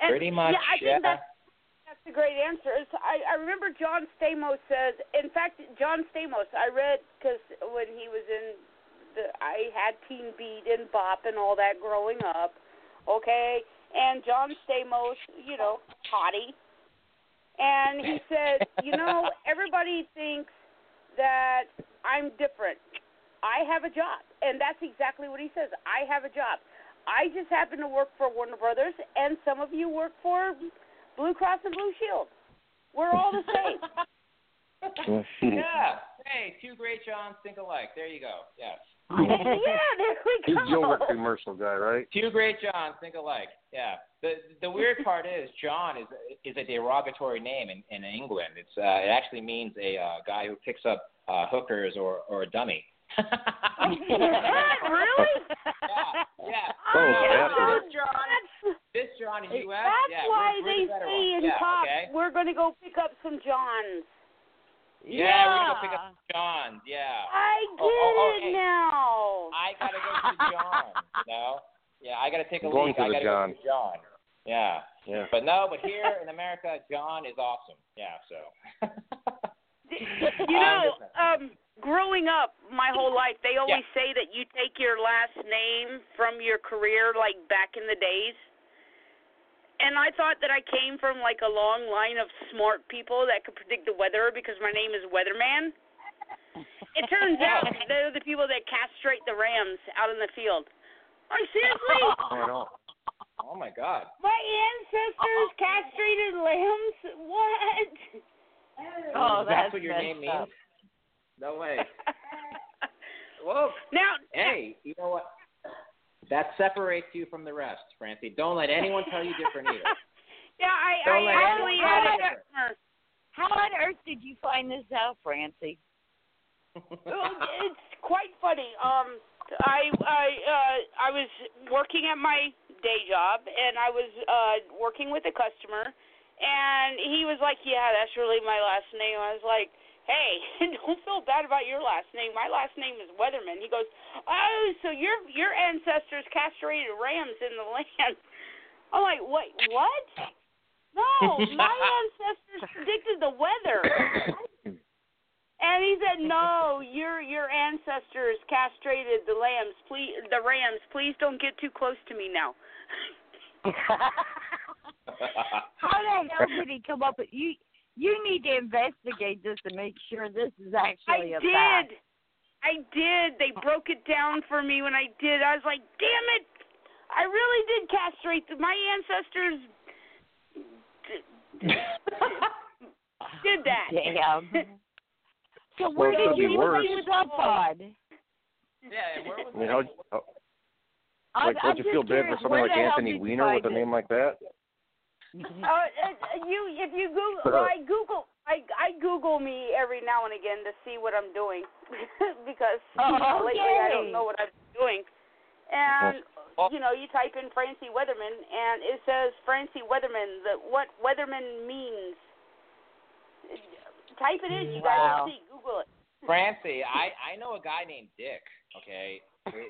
And,
Pretty much.
Yeah, I think that's that's a great answer. It's- I I remember John Stamos says. In fact, John Stamos, I read because when he was in the, I had Teen Beat and Bop and all that growing up. Okay, and John Stamos, you know, hottie, and he said, you know, everybody thinks that I'm different. I have a job, and that's exactly what he says. I have a job. I just happen to work for Warner Brothers, and some of you work for Blue Cross and Blue Shield. We're all the same.
yeah. Hey, two great Johns think alike. There you go. Yes.
yeah, there we
He's
go.
Gilbert commercial guy, right?
Two great Johns think alike. Yeah. The the weird part is John is is a derogatory name in, in England. It's uh, it actually means a uh, guy who picks up uh, hookers or or a dummy.
What? really?
Yeah. Yeah.
Oh,
I am
yeah.
so
This John,
that's
this John in U.S.
that's
yeah,
why
we're, we're
they
the better
say
ones.
in
yeah,
pop
Okay.
we're gonna go pick up some Johns.
Yeah, we're gonna go pick up Johns. Yeah.
I get
Oh, oh, oh,
it
hey.
now.
I gotta go to John. You know? Yeah, I gotta take a
I'm going
leak.
to
I
the
gotta
John.
go to John. Yeah.
Yeah.
But no, but here in America, John is awesome. Yeah. So.
you know, um, growing up my whole life, they always say that you take your last name from your career, like back in the days. And I thought that I came from like a long line of smart people that could predict the weather because my name is Weatherman. It turns out they're the people that castrate the rams out in the field. Like seriously,
Right on.
Oh my God.
my ancestors castrated lambs. What?
Oh,
that's,
that's
what your
messed
name
up.
means. No way. Whoa.
now,
Hey, you know what? That separates you from the rest, Francie. Don't let anyone tell you different either.
Yeah, I, I
Don't let
actually
anyone
had
tell
a
you different.
How on earth did you find this out, Francie?
Well, it's quite funny. Um, I I uh, I was working at my day job, and I was uh, working with a customer, and he was like, "Yeah, that's really my last name." I was like, "Hey, don't feel bad about your last name. My last name is Weatherman." He goes, "Oh, so your your ancestors castrated rams in the land?" I'm like, "Wait, what?" No, my ancestors predicted the weather. And he said, "No, your your ancestors castrated the lambs. Please, the rams. Please don't get too close to me now."
How the hell did he come up with you?
You need to investigate this to make sure this is actually
I
a
did.
fact.
I did. They broke it down for me when I did. I was like, damn it! I really did castrate them. my ancestors. d- did that?
Damn. So
Well,
where
it could
did you
be
think
worse.
he was up on?
Yeah, and where was
I mean, how, how,
I'm-
like,
I'm
don't you
just
feel bad for
curious,
someone
where
like
the hell
Anthony
did you
Weiner with a
find
name like that?
it?
Uh, uh, you, if you Google,
uh,
well, I Google, I I Google me every now and again to see what I'm doing because you know,
Oh,
lately I
yay.
don't know what I'm doing. And you know, you type in Francie Weatherman, and it says Francie Weatherman. The what Weatherman means. Type it in, you guys will
Wow.
see. Google it.
Francie, I, I know a guy named Dick, okay?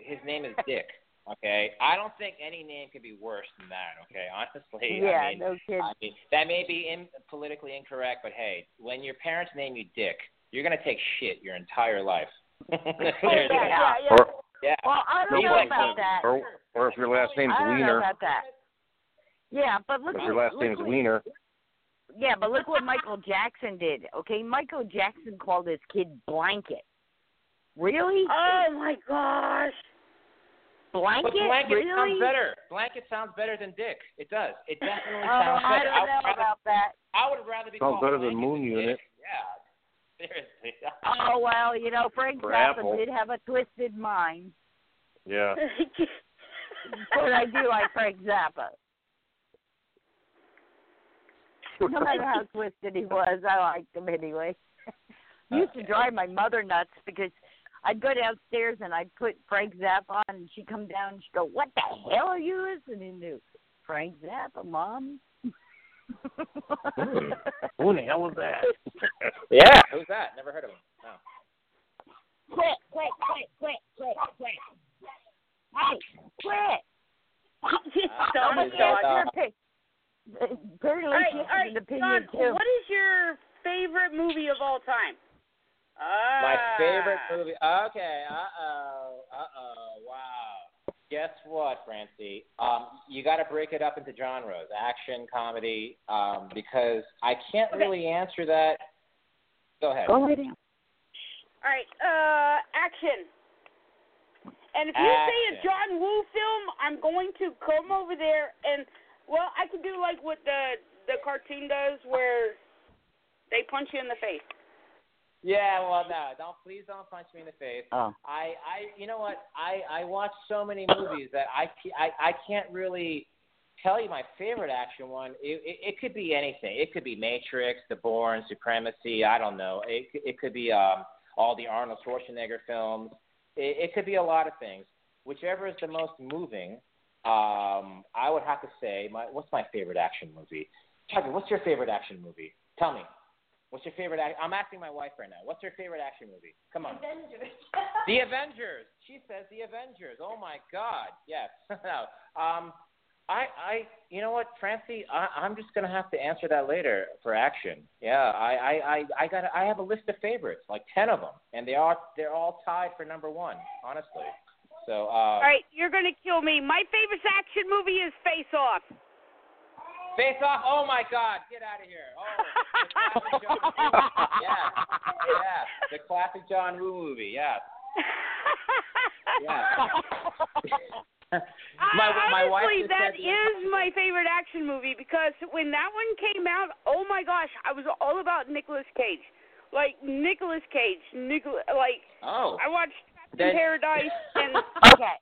His name is Dick, okay? I don't think any name could be worse than that, okay? Honestly,
yeah, uh,
I mean,
no kidding.
I mean, that may be in, politically incorrect, but hey, when your parents name you Dick, you're going to take shit your entire life.
Oh, yeah, yeah, yeah.
Or,
yeah.
Well, I don't
No,
know
like,
about that.
or, or if your last name's
I don't know
Weiner,
about that. Yeah, but look
if
at
your last
look
name's
what-
Weiner,
Yeah, but look what Michael Jackson did. Okay, Michael Jackson called his kid Blanket. Really?
Oh my gosh.
blanket?
But blanket
really?
sounds better. Blanket sounds better than Dick. It does. It definitely
Oh,
sounds
I
better.
don't
would
know
rather,
about that.
I would rather be called
Sounds better than
Blanket
Moon
Dick.
Unit.
Yeah. Seriously.
Oh well, you know Frank
Or
Zappa
apple.
did have a twisted mind,
yeah.
but I do like Frank Zappa. No matter how twisted he was, I liked him anyway. Used to drive my mother nuts because I'd go downstairs and I'd put Frank Zappa on, and she'd come down and she'd go, "What the hell are you listening to, Frank Zappa, Mom?"
Who in the hell was that?
yeah. Who's that? Never heard of him. No.
Quit, quit, quit, quit, quit, quit. Hey, quit.
Somebody got
Somebody has
that.
their opinion. Barry Lynch
all
has
right,
an opinion,
John,
too.
what is your favorite movie of all time? Ah.
My favorite movie. Okay. Uh oh. Uh oh. Wow. Guess what, Francie? Um, you got to break it up into genres: action, comedy, um, because I can't
Okay.
really answer that. Go ahead.
Go right in.
All right, uh, action. And if you say a
Action.
John Woo film, I'm going to come over there and well, I could do like what the the cartoon does, where they punch you in the face.
Yeah, well, no, don't please don't punch me in the face.
Oh.
I, I, you know what? I, I watch so many movies that I, ca- I, I can't really tell you my favorite action one. It, it, it could be anything. It could be Matrix, The Bourne, Supremacy. I don't know. It, c- it could be um, all the Arnold Schwarzenegger films. It, it could be a lot of things. Whichever is the most moving, um, I would have to say, my, what's my favorite action movie? Tucker, what's your favorite action movie? Tell me. What's your favorite? Ac- I'm asking my wife right now. What's her favorite action movie? Come on. Avengers. the Avengers. She says the Avengers. Oh my God. Yes. No. um, I, I, you know what, Francie? I, I'm just gonna have to answer that later for action. Yeah. I, I, I, I got. I have a list of favorites, like ten of them, and they are they're all tied for number one, honestly. So. Um,
All right, you're gonna kill me. My favorite action movie is Face Off.
Face off. Oh my God. Get out of here. Oh. The classic John Woo. yeah. Yeah. The classic John Woo movie. Yeah. Yeah. my my
I,
wife
honestly,
just
that
said
is my favorite action movie because when that one came out, oh my gosh, I was all about Nicolas Cage, like Nicolas Cage, Nicolas, like
Oh.
I watched Trapped
That- Oh,
in Paradise and
Okay.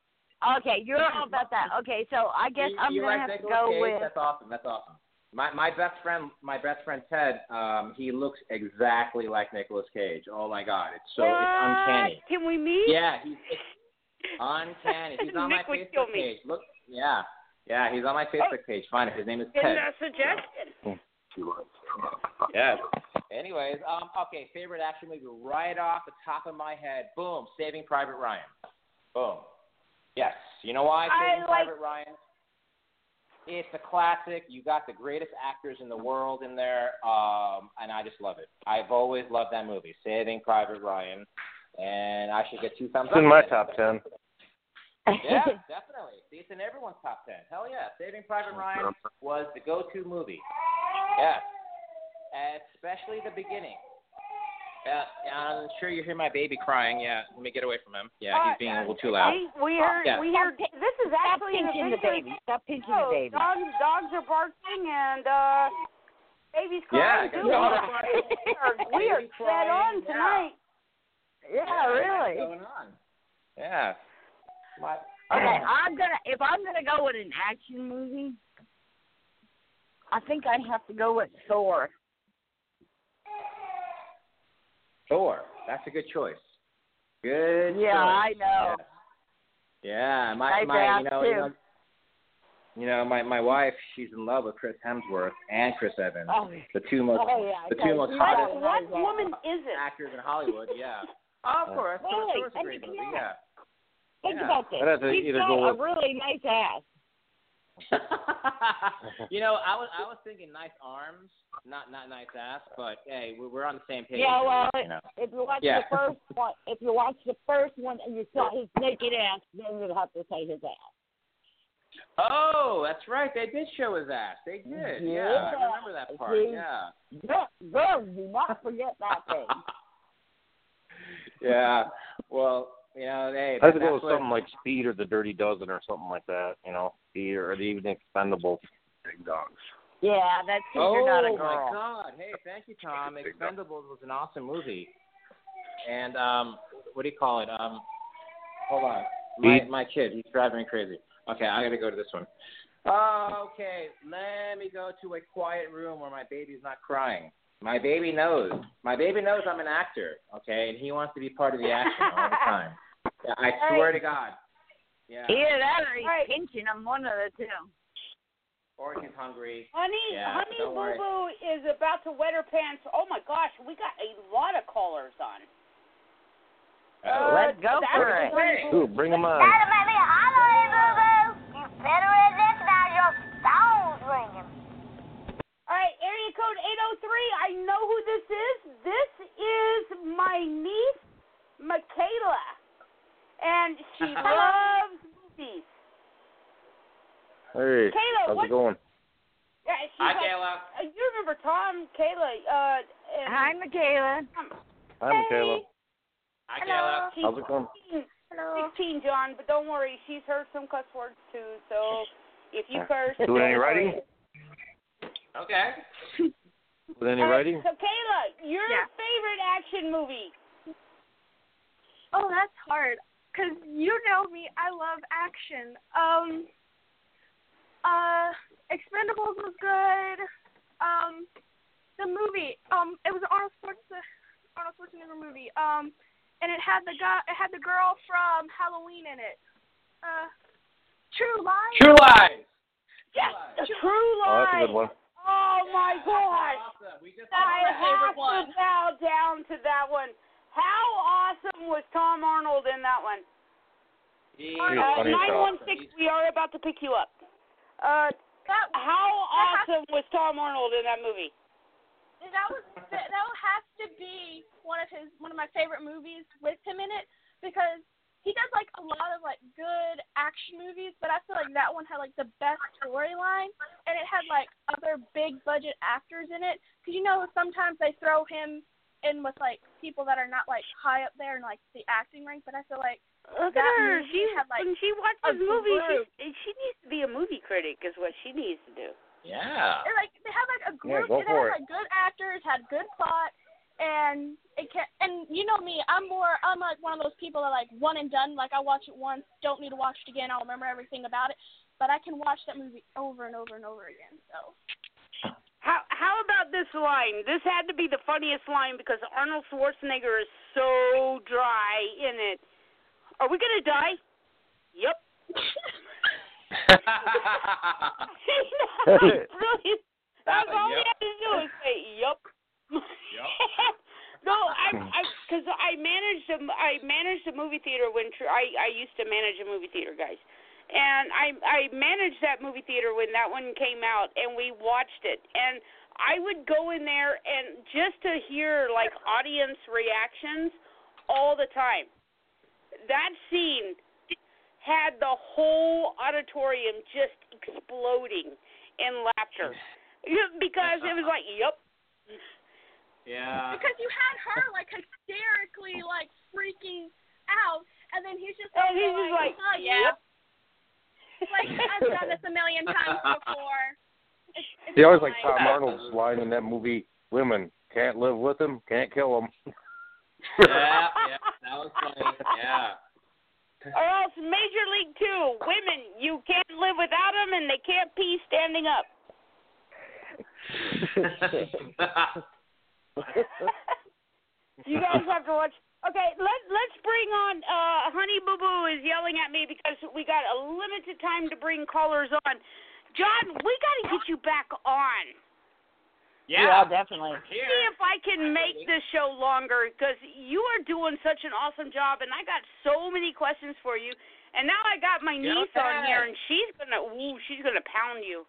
Okay, you're all about that. Okay, so I guess
you,
I'm
you
going
like
to have to
Nicolas
go
Cage?
with.
That's awesome. That's awesome. My my best friend my best friend Ted um he looks exactly like Nicolas Cage. Oh my God. It's so it's uncanny.
What? Can we meet?
Yeah. He's it's uncanny. He's on my
Nick would kill
Facebook
me.
page. Look. Yeah. Yeah. He's on my Facebook page. Find it. His name is
Give
Ted.
us a suggestion.
Yes. Anyways, um, okay, favorite action movie right off the top of my head. Boom, Saving Private Ryan. Boom. Yes. You know why
I
Saving
like-
Private Ryan? It's a classic. You got the greatest actors in the world in there, um, and I just love it. I've always loved that movie, Saving Private Ryan, and I should get two thumbs
It's
up.
in my
for that.
top ten.
Yeah, definitely. See, It's in everyone's top ten. Hell yeah. Saving Private Ryan was the go to movie. Yeah. especially the beginning. Uh, I'm sure you hear my baby crying. Yeah, let me get away from him. Yeah, he's being a little too loud.
We, we heard.
Yeah.
We heard. This is
Stop
actually an
pinching the
adventure-
baby. Oh, Stop pinching
No,
the baby.
Dogs, dogs are barking and uh, babies
Yeah, I
crying too.
got dogs
we are
Baby
set
crying,
on
yeah.
tonight.
Yeah, really.
What's going on? Yeah. My,
Okay, I'm gonna if I'm gonna go with an action movie, I think I'd have to go with Thor.
Thor. That's a good choice. Good.
Yeah, I
choice.
know.
Yeah, Yeah, my
I
my you
bet,
know, you
too.
know you know my my wife she's in love with Chris Hemsworth and Chris Evans,
Oh,
the two most
oh yeah.
the
okay.
two most
You
hottest
know,
What woman is it?
actors in Hollywood. Yeah. Oh, of course. Thor-
really?
Thor's a
I
great
mean,
movie.
yeah.
Yeah.
Think
Yeah.
about this.
I'd have to
He's
either
got
go
a
with-
really nice ass.
you know, I was I was thinking nice arms, not not nice ass, but hey, we- we're on the same page.
Yeah, well,
you know.
uh, If you watch
Yeah.
the first one, if you watch the first one and you saw his naked ass, then you'd have to say his ass.
Oh, that's right. They did show his ass. They did. Yeah, I
Yeah.
remember that part.
See?
Yeah.
Girl, girl, do not forget that thing.
yeah. Well, you know, hey,
I'd have to
that's
go with
what-
something like Speed or The Dirty Dozen or something like that. You know, Speed or even Expendables.
Big dogs.
Yeah, that's 'cause
Oh
you're not a girl.
my God! Hey, thank you, Tom. Expendables was an awesome movie, and um, what do you call it? Um, hold on, my
Beat.
my kid, he's driving me crazy. Okay, I gotta go to this one. Oh, Okay, let me go to a quiet room where my baby's not crying. My baby knows. My baby knows I'm an actor. Okay, and he wants to be part of the action all the time. Yeah, I swear to God. Yeah.
Either that or he's
Right.
pinching him, one of the two.
Or he's hungry.
Honey,
Yeah,
honey,
don't
boo
worry.
boo is about to wet her pants. Oh my gosh, we got a lot of callers on.
Uh-oh.
Let's go
that's
for
a
it.
great-
Ooh, bring 'em on.
All right, area code 803. I know who this is. This is my niece, Michaela, and she loves movies.
Hey,
Kayla,
how's
what-
it going?
Yeah, she's
Hi,
like,
Kayla.
Uh, you remember Tom, Kayla, uh, and
Hi, Michaela.
Hi, Michaela.
Hi,
Hello.
Kayla.
She's
How's it going?
16, 16, John, but don't worry, she's heard some cuss words too, so if you curse.
Doing any
don't worry.
writing?
Okay.
With any
All right,
writing?
Uh, So, Kayla, your
Yeah.
favorite action movie?
Oh, that's hard. Cause you know me, I love action. Um, uh, Expendables was good. Um, the movie, um, it was an Arnold Schwarzenegger, Arnold Schwarzenegger movie. Um, and it had the guy, it had the girl from Halloween in it. Uh, True Lies.
True Lies.
Yes.
The True
Oh, that's a
Lies.
good one.
Oh, my gosh.
Awesome. We just
I
our
have
favorite
to
one.
bow down to that one. How awesome was Tom Arnold in that one?
He-
Arnold.
Uh,
funny as hell.
916, we are about to pick you up. Uh,
That
how
that
awesome was Tom Arnold in that movie?
has, that was that, that has to be one of his one of my favorite movies with him in it because he does like a lot of like good action movies, but I feel like that one had like the best storyline and it had like other big budget actors in it because you know sometimes they throw him in with like people that are not like high up there in like the acting rank, but I feel like
Look
That
at her.
movie
She
had, like,
when she
a
watches movies,
group.
she she needs to be a movie critic. Is what she needs to do.
Yeah.
it, like they had like a
Yeah,
group
go
and
for it.
it had like good actors, had good plot, and it can and you know me, I'm more I'm like one of those people that like one and done. Like I watch it once, don't need to watch it again. I'll remember everything about it, but I can watch that movie over and over and over again. So
How how about this line? This had to be the funniest line because Arnold Schwarzenegger is so dry in it. Are we gonna die? Yep. Brilliant. That's all we had to do is say yep. no, I I because I managed a I managed a movie theater when tr- I I used to manage a movie theater, guys. And I I managed that movie theater when that one came out and we watched it and I would go in there and just to hear like audience reactions all the time. That scene had the whole auditorium just exploding in laughter because it was like, yep,
Yeah.
Because you had her like hysterically like freaking out, and then he's just
Oh,
over
he's just like,
oh yeah.
yep.
Like I've done this a million times before. It's, it's
He always like
fine.
Tom Arnold's line in that movie: "Women can't live with him, can't kill him."
yeah, yeah, that was funny. Yeah.
Or else Major League Two, women, you can't live without them, and they can't pee standing up. You guys have to watch. Okay, let let's bring on. Uh, Honey Boo Boo is yelling at me because we got a limited time to bring callers on. John, we got to get you back on.
Yeah.
definitely.
See if I can make this show longer because you are doing such an awesome job, and I got so many questions for you. And now I got my niece on
Okay.
here, and she's gonna, ooh, she's gonna pound you.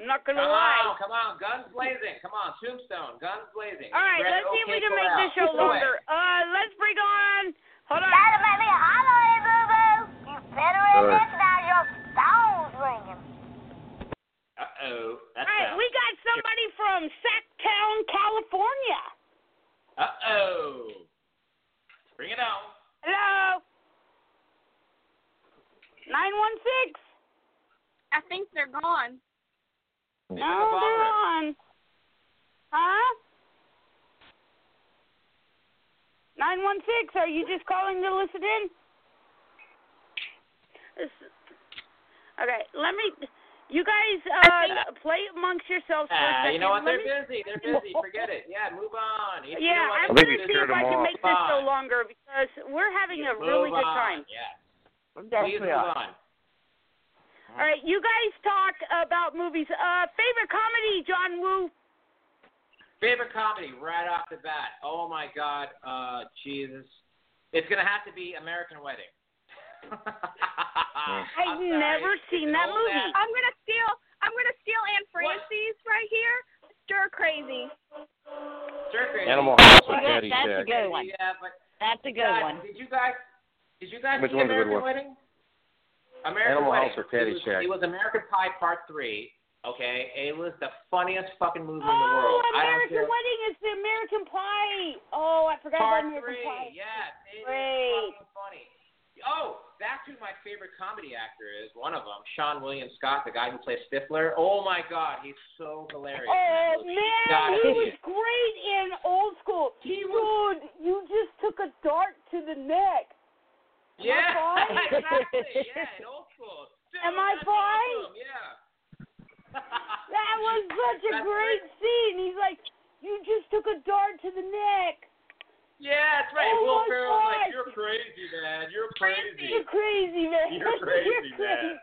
I'm not gonna
Come
lie.
on, come on, guns blazing. Come on, tombstone, guns blazing.
All right,
Red
let's see if
OK
we can make
Corral.
this show
Go ahead.
longer. Uh, let's bring on. Hold
All
on.
right.
Uh-oh.
All right, we got somebody from Sacktown, California.
Uh-oh. Bring it on.
Hello. Nine one six.
I think they're gone.
No, they're on. Huh? Nine one six. Are you just calling to listen in? This- Okay, let me. You guys uh, play amongst yourselves for a
Ah,
second.
you know what?
Let
They're busy.
me-
They're busy. Forget it. Yeah, move on. You
Yeah,
know what?
I'm
I think
gonna
we
see
scared
if I
them
can
off.
make this show
Fine.
longer because we're having a
Move
really good
on.
time.
Yeah.
Yes,
Please
we
move
are.
on.
All right, you guys talk about movies. Uh, favorite comedy, John Woo.
Favorite comedy right off the bat. Oh my God, uh, Jesus! It's gonna have to be American Wedding.
I've never seen that movie.
I'm gonna steal. I'm gonna steal Anne Francie's right here. Stir crazy.
Animal House and
That's a
Caddyshack.
good one.
Yeah, but
That's a good
God,
one.
Did you guys? Did you guys
Which
see
one's a good
American
one?
Wedding? American
Animal
Wedding.
House or
It was-
Caddyshack?
It was American Pie Part Three. Okay, it was the funniest fucking movie in the
Oh,
world. I don't
American
care.
Wedding is the American Pie. Oh, I forgot
Part
about American
three,
Pie.
yes, it is
Great.
fucking funny. Oh, that's who my favorite comedy actor is. One of them, Sean William Scott, the guy who plays Stifler. Oh my God, he's so hilarious. in that
Oh
movie. You
man,
gotta
he
see
was
it.
great in Old School.
He
Dude, you just took a dart to the neck.
Yeah,
Am I fine?
exactly. Yeah, in old school. Dude,
Am I
that's
fine?
awesome, Yeah.
That was such a
That's
great scene. He's like, you just took a dart to the neck.
Yeah, that's right.
Oh
Will
my
Ferrell's like,
God.
you're crazy, man. You're
You're
crazy.
crazy, man.
You're crazy,
You're
man.
crazy.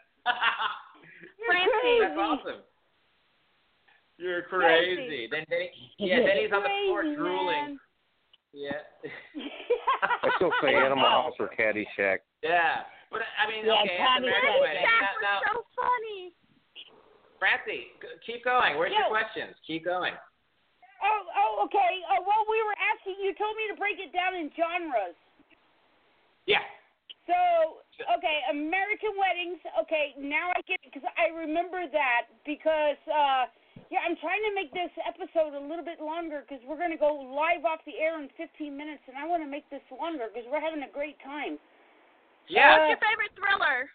You're
Francie.
That's awesome. You're crazy. Then, then yeah, then he's on the floor
Crazy,
drooling. Yeah.
I still say Animal House or Caddyshack.
yeah. But I mean,
Yeah,
okay,
Tommy
that's
said
American Wedding.
That
Now,
was
now,
so funny.
Francie, g- keep going. Where's
Yo.
your questions? Keep going.
Oh, oh, okay. Uh, well, we were asking. You told me to break it down in genres.
Yeah.
So, okay, American weddings. Okay, now I get because I remember that because uh, yeah, I'm trying to make this episode a little bit longer because we're gonna go live off the air in 15 minutes, and I want to make this longer because we're having a great time.
Yeah.
What's your favorite thriller?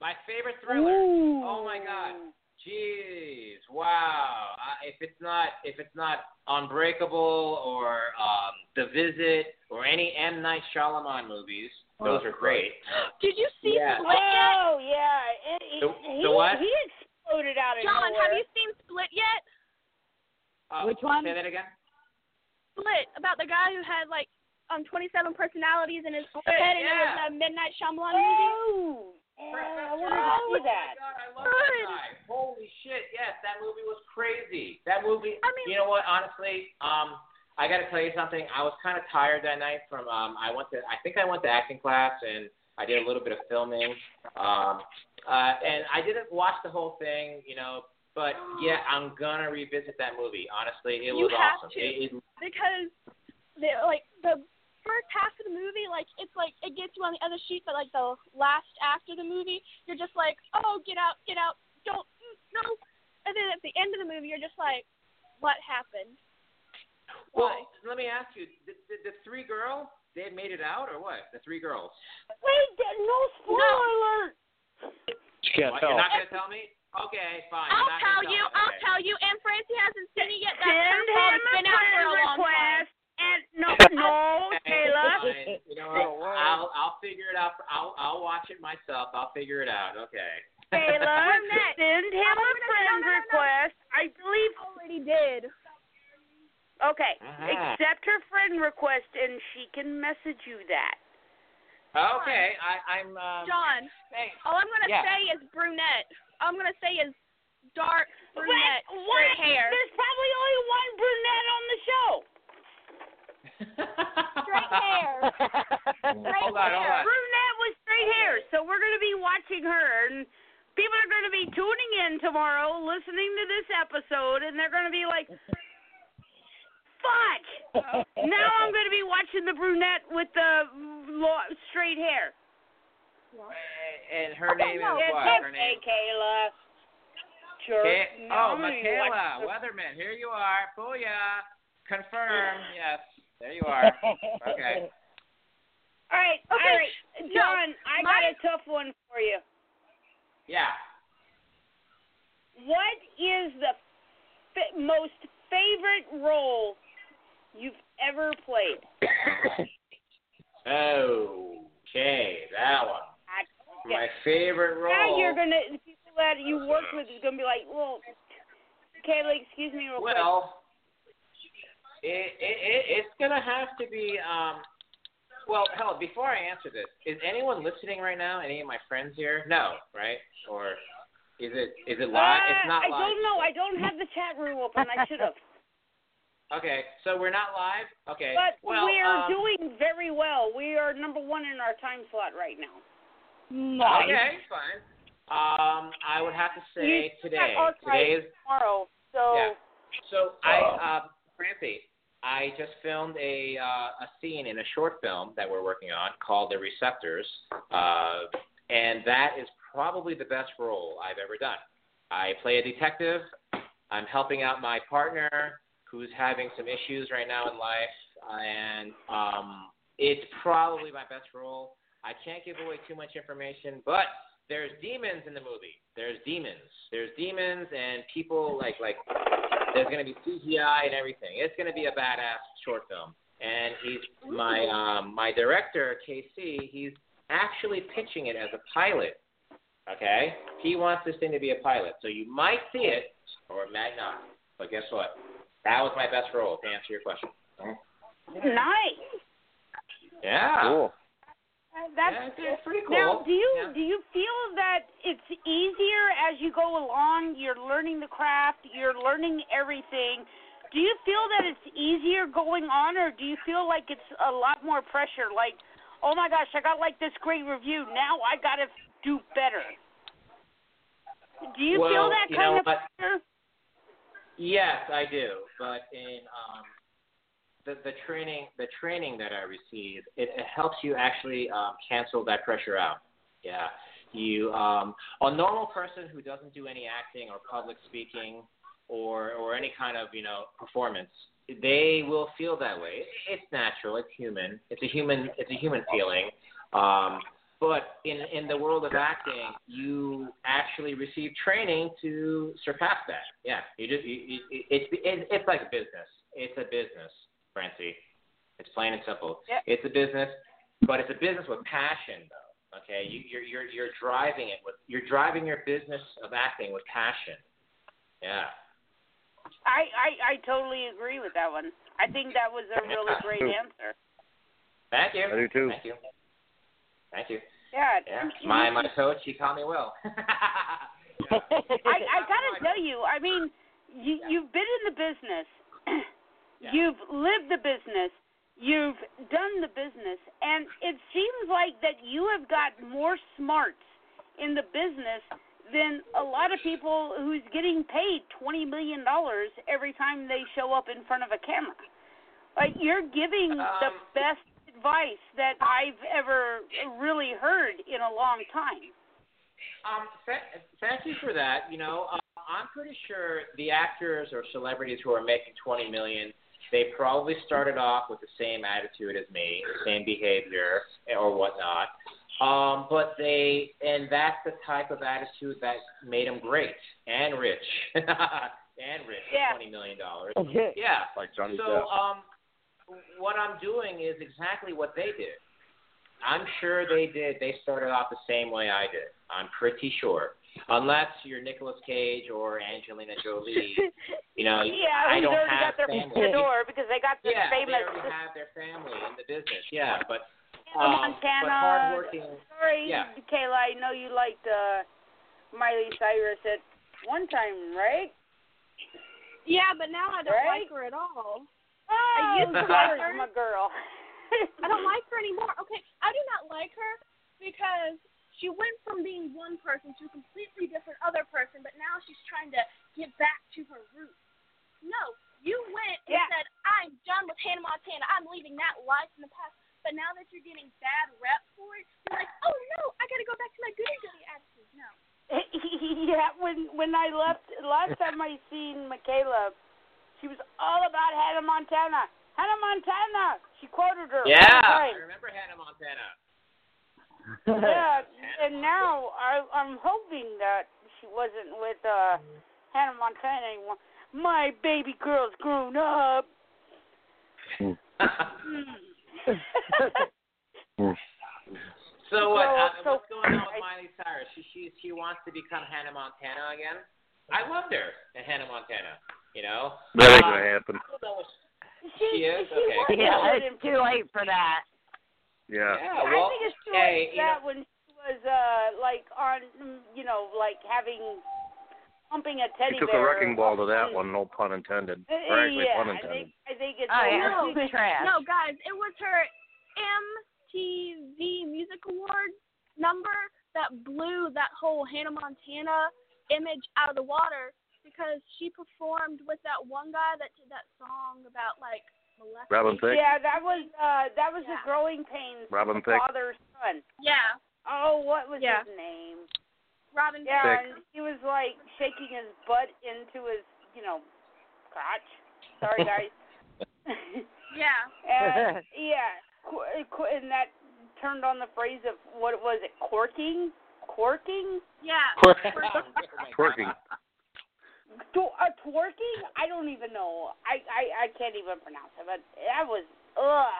My favorite thriller.
Ooh.
Oh my God. Jeez, wow! I, if it's not if it's not Unbreakable or um, The Visit or any M Night Shyamalan movies, those are great.
Did you see
Yeah.
Split yet?
Oh yeah. It, it,
The-
he,
the what?
He exploded out of
John,
nowhere.
have you seen Split yet?
Uh,
Which one?
Say that again.
Split about the guy who had like um 27 personalities in his
Split,
head and
yeah.
it was a Midnight Shyamalan movie.
Oh, yeah, I wanted to
Oh
see that.
My God, I love that guy. Holy shit! Yes, that movie was crazy. That movie.
I mean-
you know what? Honestly, um, I got to tell you something. I was kind of tired that night from um, I went to I think I went to acting class and I did a little bit of filming. Um, uh, and I didn't watch the whole thing, you know. But yeah, I'm gonna revisit that movie. Honestly, it
You
was
have
awesome.
to.
It, it,
because the like the first half of the movie, like it's like it gets you on the other sheet, but like the last act of the movie, you're just like, oh, get out, get out, don't, mm, no. And then at the end of the movie, you're just like, What happened?
Well, let me ask you: the, the, the three girls, they made it out, or what? The three girls.
Wait, there- no spoiler alert.
You can't
What,
tell.
You're not gonna tell me? Okay, fine.
I'll
you're not
tell
gonna
you.
tell me.
I'll
Okay.
tell you. And Francie hasn't seen it yet. That's her
Send
fault.
him
It's
a
been out for
friend
a long time.
request. And no, no,
Okay,
Taylor.
fine. You know what? I'll I'll figure it out. I'll I'll watch it myself. I'll figure it out. Okay.
Taylor, send him a
gonna-
friend
no, no, no, no.
request. I believe already did. Okay,
Uh-huh.
accept her friend request, and she can message you that.
okay. I I'm. Um,
John.
Thanks.
All I'm gonna
Yeah.
say is brunette. All I'm gonna say is dark brunette,
Wait, what?
straight hair.
There's probably only one brunette on the show.
Straight hair.
Hold on, hold on.
Brunette with straight hair. So we're going to be watching her, and people are going to be tuning in tomorrow, listening to this episode, and they're going to be like, "Fuck!" Now I'm going to be watching the brunette with the lo- straight hair.
And her name is
It's
what? Her
okay,
name.
Kayla. Sure.
Kay- oh,
No, you
Michaela
like-
Weatherman. Here you are. Booyah. Confirm. Yes. There you are. Okay.
All right, all right, John. I got a tough one for you.
Yeah.
What is the fa- most favorite role you've ever played?
Okay, that one.
I told ya.
My favorite role.
Now you're gonna the people that you work with is gonna be like, well, Kayla, excuse me, real
well, it, it, it it's gonna have to be. Um, well, hell, before I answer this, is anyone listening right now? Any of my friends here? No, right? Or is it is it
quick.
live?
Uh,
it's not
I
live.
don't know. I don't have the chat room open. I should have.
Okay, so we're not live. Okay,
But
well,
we are
um,
doing very well. We are number one in our time slot right now.
Nice.
Okay, fine. Um, I would have to say
You-
today.
Okay.
Today is
Tomorrow. So
Yeah. So I, uh, Francie, I just filmed a uh, a scene in a short film that we're working on called The Receptors, uh, and that is probably the best role I've ever done. I play a detective. I'm helping out my partner who's having some issues right now in life, and um, it's probably my best role. I can't give away too much information, but there's demons in the movie. There's demons. There's demons and people like like there's gonna be CGI and everything. It's gonna be a badass short film. And he's my um, my director KC. He's actually pitching it as a pilot. Okay, he wants this thing to be a pilot. So you might see it or it might not. But guess what? That was my best role to answer your question.
nice.
Yeah.
Cool.
Yeah,
That's
it's- it's pretty cool.
Now, do you
Yeah.
do you feel that it's easier as you go along? You're learning the craft. You're learning everything. Do you feel that it's easier going on, or do you feel like it's a lot more pressure? Like, oh my gosh, I got like this great review. Now I gotta do better. Do you
Well,
feel that
you
kind
know,
of
I-
pressure?
Yes, I do. But in um, the the training the training that I received, it, it helps you actually um, cancel that pressure out. Yeah, you um, a normal person who doesn't do any acting or public speaking or or any kind of you know performance, they will feel that way. It- It's natural. It's human. It's a human. It's a human feeling. Um, but in in the world of acting, you actually receive training to surpass that. Yeah, you just you, you, it's it, it's like a business. It's a business, Francie. It's plain and simple.
Yeah.
It's a business, but it's a business with passion, though. Okay, you, you're you're you're driving it with you're driving your business of acting with passion. Yeah.
I, I I totally agree with that one. I think that was a really great answer.
Thank you.
I do too.
Thank you. Thank you.
Yeah.
Yeah. My my coach, he caught me well. Yeah.
I, I gotta tell you, I mean, you you've been in the business,
Yeah.
you've lived the business, you've done the business, and it seems like that you have got more smarts in the business than a lot of people who's getting paid twenty million dollars every time they show up in front of a camera. Like you're giving the
Um,
best advice that I've ever really heard in a long time.
Um, th- thank you for that. You know, uh, I'm pretty sure the actors or celebrities who are making 20 million, they probably started off with the same attitude as me, the same behavior eh, or whatnot. Um, but they, and that's the type of attitude that made them great and rich, and rich,
Yeah.
for 20 million dollars.
Okay.
Yeah.
Like Johnny
So,
Depp.
um, what I'm doing is exactly what they did. I'm sure they did. They started off the same way I did. I'm pretty sure. Unless you're Nicolas Cage or Angelina Jolie, you know,
yeah,
I
who's
don't
already
have
got their
family.
foot in the door because they got the
yeah,
famous
they already have their family in the business. Yeah, but um, but
Montana.
hardworking.
Sorry,
Yeah.
Kayla, I know you liked uh, Miley Cyrus at one time, right?
Yeah, but now I don't
Right?
like her at all.
Oh,
I used to like her.
my girl.
I don't like her anymore. Okay, I do not like her because she went from being one person to a completely different other person, but now she's trying to get back to her roots. No, you went and
Yeah.
said, I'm done with Hannah Montana. I'm leaving that life in the past. But now that you're getting bad rep for it, you're like, oh no, I gotta go back to my goody goody attitude. No.
yeah, when when I left last time I seen Michaela, she was all about Hannah Montana. Hannah Montana. She quoted her. all the
Yeah, I
time.
remember Hannah Montana.
yeah, and now I, I'm hoping that she wasn't with uh, Hannah Montana anymore. My baby girl's grown up.
So what?
Well,
Uh,
so-
what's going on with Miley Cyrus? She she she wants to become Hannah Montana again. I loved her in Hannah Montana. You know.
That ain't
Uh,
gonna happen.
I don't know if
She,
she is.
she
Okay.
was
Yeah,
good
it's too late for that.
Yeah.
Yeah, well,
I think it's too
hey,
late for
you
that
know,
when she was uh, like on, mm, you know, like having pumping a teddy
He took a
bear.
wrecking ball to that one, no pun intended.
Uh,
Or actually,
yeah,
pun
I
intended.
think I think it's
Oh,
too
yeah.
late.
She's trash.
No, guys, it was her MTV Music Award number that blew that whole Hannah Montana image out of the water because she performed with that one guy that did that song about like molesting.
Robin Thicke.
Yeah, that was uh, that was the
Yeah.
growing pains.
Robin Thicke.
Father son.
Yeah,
Oh, what was
Yeah.
his name?
Robin.
Yeah,
Thicke.
and he was like shaking his butt into his, you know, crotch. Sorry, guys.
Thicke. Yeah.
and, yeah, qu- qu- and that turned on the phrase of what was it? Corking, corking,
Yeah.
Oh,
Twerking.
Tw- uh, twerking. I don't even know. I I I can't even pronounce it. But that was ugh.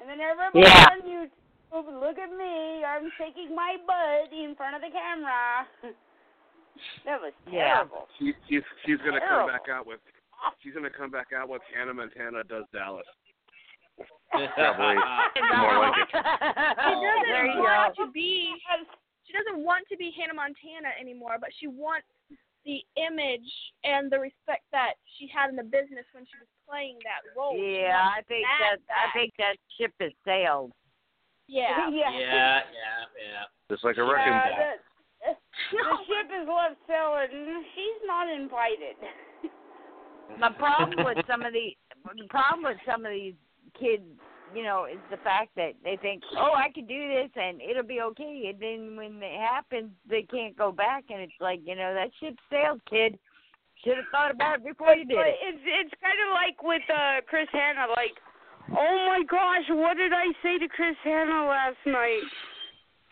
And then everybody
Yeah.
on YouTube, look at me. I'm shaking my butt in front of the camera. that was
Yeah.
terrible.
She, she's she's gonna come
Terrible.
back out with she's gonna come back out with Hannah Montana does Dallas.
Probably. More like it.
Oh,
Oh,
She doesn't
there you
want
go.
to be. She doesn't want to be Hannah Montana anymore, but she wants the image and the respect that she had in the business when she was playing that role. She
Yeah, I
wants
think
that
that I
back.
think that ship has sailed.
Yeah.
yeah, yeah, yeah.
Just like a
Uh,
wrecking ball.
the, the ship is left sailing. She's not invited.
The problem with some of the the problem with some of these kids, you know, is the fact that they think, oh, I can do this and it'll be okay, and then when it happens, they can't go back, and it's like, you know, that ship sailed, kid. Should have thought about it before you did
But
it.
it's it's kind of like with uh Chris Hanna, like, oh my gosh, what did I say to Chris Hanna last night?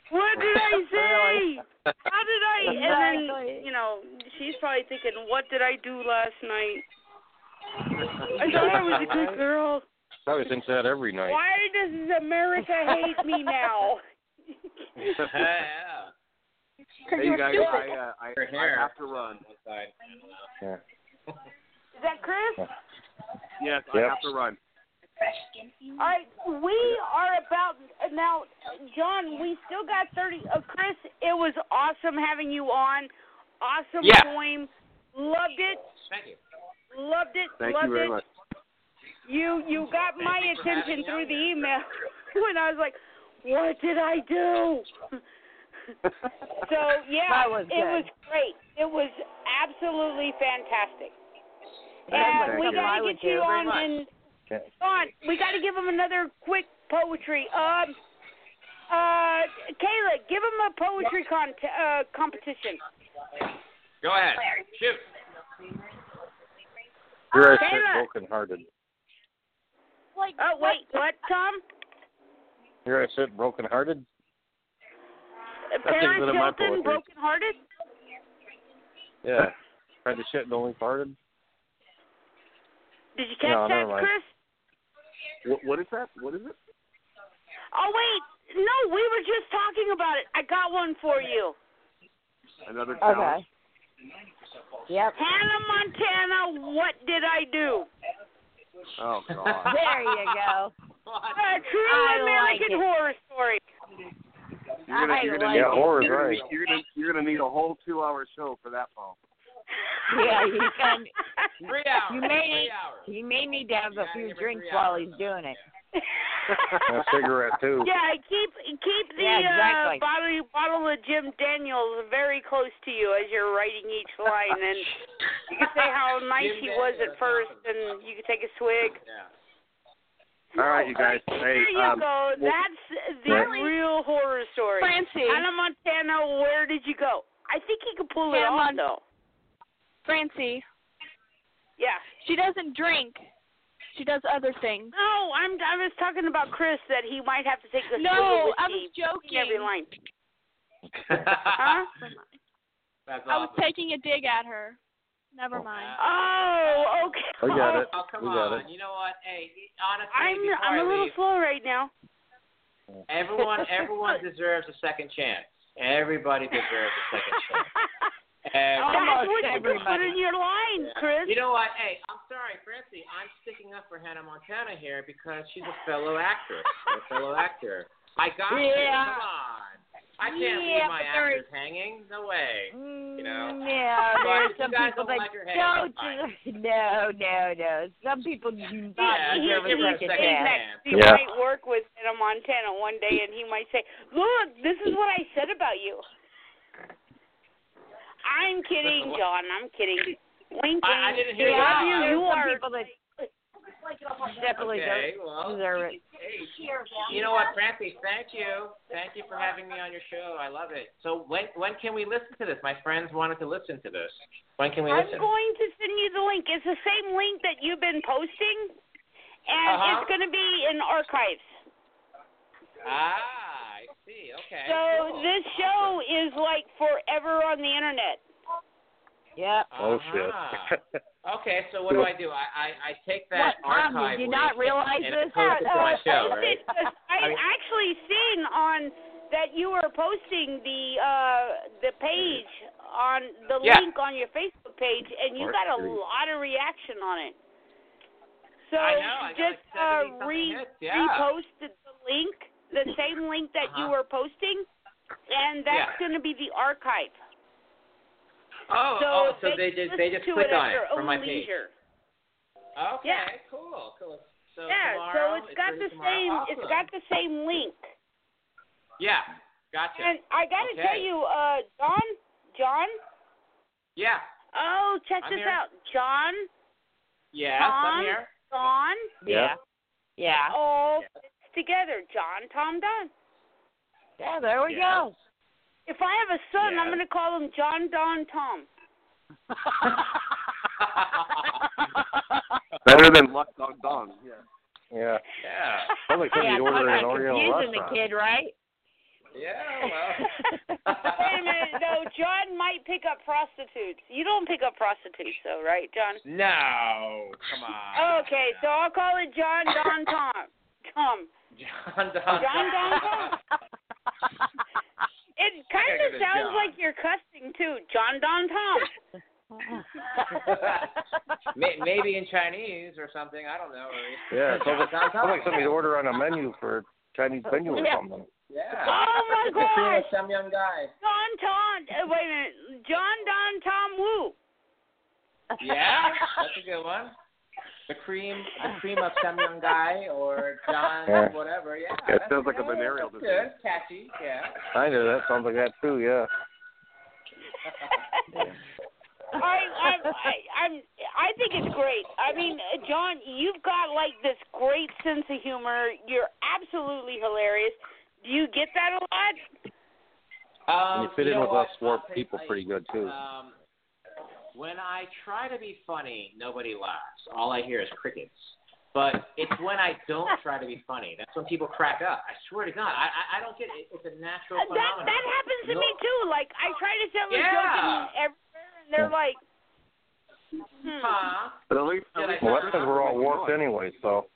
What did I say? How did I? And then
Exactly.
you know, she's probably thinking, what did I do last night? I thought I was a good girl.
Probably thinks that every night.
Why does America hate me now?
yeah.
Hey, you guys, I, uh, I,
Her
I
hair.
have to run.
One side.
Yeah.
Is that Chris?
Yes, I
Yep.
have to run.
All right, we are about now, John. We still got thirty. Uh, Chris, it was awesome having you on. Awesome
Yeah.
poem. Loved it.
Thank you.
Loved it.
Thank
loved
you very
it.
much.
You you got
Thank
my
you for
attention
having me
through
on
the
here.
email, and I was like, "What did I do?" so yeah,
That was
it
good.
was great. It was absolutely fantastic.
Thank
And we
you. I
gotta
would
get you
do.
on and John, we got to give him another quick poetry. Um, uh, Kayla, give him a poetry con- uh, competition.
Go ahead. Shoot.
You're
Uh,
actually
Taylor.
broken-hearted.
Like,
oh wait, what, Tom?
You're actually broken-hearted. That thing's
Parent
in my
Chilton,
poetry.
broken-hearted.
Yeah. Tried to shit and only farted.
Did you
No,
catch that,
never mind.
Chris?
What, what is that? What is it?
Oh wait, no, we were just talking about it. I got one for you.
Another
Okay.
challenge.
Yep.
Hannah Montana, what did I do?
Oh God.
There you go.
A true
I like
American
it.
horror story.
You're gonna,
I
you're gonna
like
need,
Yeah, Laura's
you're, gonna
right.
need, you're, gonna, you're gonna need a whole two-hour show for that phone.
Yeah, you can.
Three hours.
You may
Three
need.
hours.
He may need to have
You
a
gotta
few
give it
drinks
three
while
hours.
he's doing it.
A cigarette too.
yeah, keep keep the
Yeah, exactly.
uh, bottle bottle of Jim Daniels very close to you as you're writing each line, and you can say how nice
Jim
he was
Daniels,
at first, and you can take a swig. Oh,
Yeah.
All right, you guys. Hey,
There you
um,
go. That's the
Yeah.
real horror story.
Francie,
Hannah Montana, where did you go? I think he could pull it
Hannah
off
Mon-
though.
Francie,
Yeah.
she doesn't drink. She does other things.
No, I'm I was talking about Chris that he might have to take the
No,
swig of
I
whiskey
was joking.
every line.
That's
Huh?
I was
awesome.
taking a dig at her. Never mind.
Oh, okay.
We got it.
Oh, come
we got
on.
it.
You know what? Hey, honestly,
I'm
before
I'm
I
a little
leave,
slow right now.
everyone everyone deserves a second chance. Everybody deserves a second chance. Everybody.
That's what you could put
everybody.
in your line, Chris.
You know what? Hey, I'm sorry, Francie. I'm sticking up for Hannah Montana here because she's a fellow actress. a fellow actor. I got you.
Yeah.
Come on. I can't
Yeah,
leave my
but there
actors hanging. No way. You know.
Mm, Yeah,
But
there are
if you
some
guys
people
don't
that
like your head,
don't.
fine.
do- No, no, no. Some people do not
Yeah,
he,
deserve
give her
a
a
second
second
chance.
chance.
he
Yeah.
might work with Hannah Montana one day, and he might say, "Look, this is what I said about you." I'm kidding, John. I'm kidding. Wink, wink.
I, I didn't hear
We
Yeah,
love
you.
you.
there's
You
some
are.
people that definitely
Okay,
don't
well,
deserve it.
hey, you know what, Francie? Thank you, thank you for having me on your show. I love it. So when when can we listen to this? My friends wanted to listen to this. When can we
I'm
listen?
going to send you the link. It's the same link that you've been posting, and
Uh-huh.
it's going to be in archives.
ah, I see. Okay.
So
cool.
this show is like forever on the internet.
Yep.
Oh
Uh-huh.
shit.
Okay, so what do I do? I I, I take that
What, Tom,
archive.
did you
link
not realize
and
this?
Post it to my
Uh,
show,
I
right?
did, 'cause I
I mean-
actually seen on that you were posting the uh the page on the
Yeah.
link on your Facebook page, and you got a lot of reaction on it. So
I know, I got
just
like 70
uh
something
re
hits, yeah.
repost the link, the same link that you
Uh-huh.
were posting, and that's
Yeah.
going to be the archive.
Oh,
so
oh, so
they,
they just they just
listen to
click
it at
on it
their
from
own
my page.
leisure.
Okay,
Yeah.
cool, cool. So
yeah,
tomorrow,
so it's got
ready
the
tomorrow.
same
Awesome.
it's got the same link.
Yeah, gotcha.
And I gotta
Okay.
tell you, uh, John, John,
yeah,
oh, check
I'm
this
here.
out, John,
yeah,
Tom?
I'm here.
Don,
Yeah.
Yeah.
all fits together, John, Tom, Don.
Yeah, there we
Yeah.
go.
If I have a son, I'm
Yeah.
gonna call him John, Don, Tom.
Better than
Luck on Don. Yeah.
yeah.
Yeah,
Probably could
yeah,
have ordered
talking
an
about
Oreo
confusing the
restaurant.
kid, right?
yeah. Well.
Wait a minute, though, John might pick up prostitutes. You don't pick up prostitutes, though, right, John?
No, come on.
Okay, so I'll call it John, Don, Tom, Tom.
John Don.
John Don Tom. It kind
gotta
of
go to
sounds
John.
like you're cussing too, John Don Tom.
May- Maybe in Chinese or something. I don't know. or-
Yeah, it's
John
almost,
Don
it's like
Tom.
somebody's order on a menu for a Chinese menu or
Yeah.
something.
Yeah.
Oh, my
Good feeling,
gosh.
Some young guy.
Don Tom. Uh, wait a minute, John Don Tom Wu.
Yeah, that's a good one. The cream, the cream of some young guy or John,
Yeah.
whatever.
Yeah,
Yeah,
it
that's-
sounds like a
yeah,
venereal
that's
disease.
Good, catchy. Yeah.
I know that sounds like that too. Yeah.
I, I, I, I'm. I think it's great. I mean, uh, John, you've got like this great sense of humor. You're absolutely hilarious. Do you get that a lot?
Um,
And you fit in
know
with
what?
us dwarf
I'll take-
people pretty good too.
Um, When I try to be funny, nobody laughs. All I hear is crickets. But it's when I don't try to be funny. That's when people crack up. I swear to God, I I, I don't get it. It's a natural
Uh, that
phenomenon.
that happens to
No-
me too. Like I try to tell a joke and
Yeah.
everywhere, and they're like, hmm.
Huh?
But at least,
Yeah, that's
well, that's
not-
because we're all warped anyway. So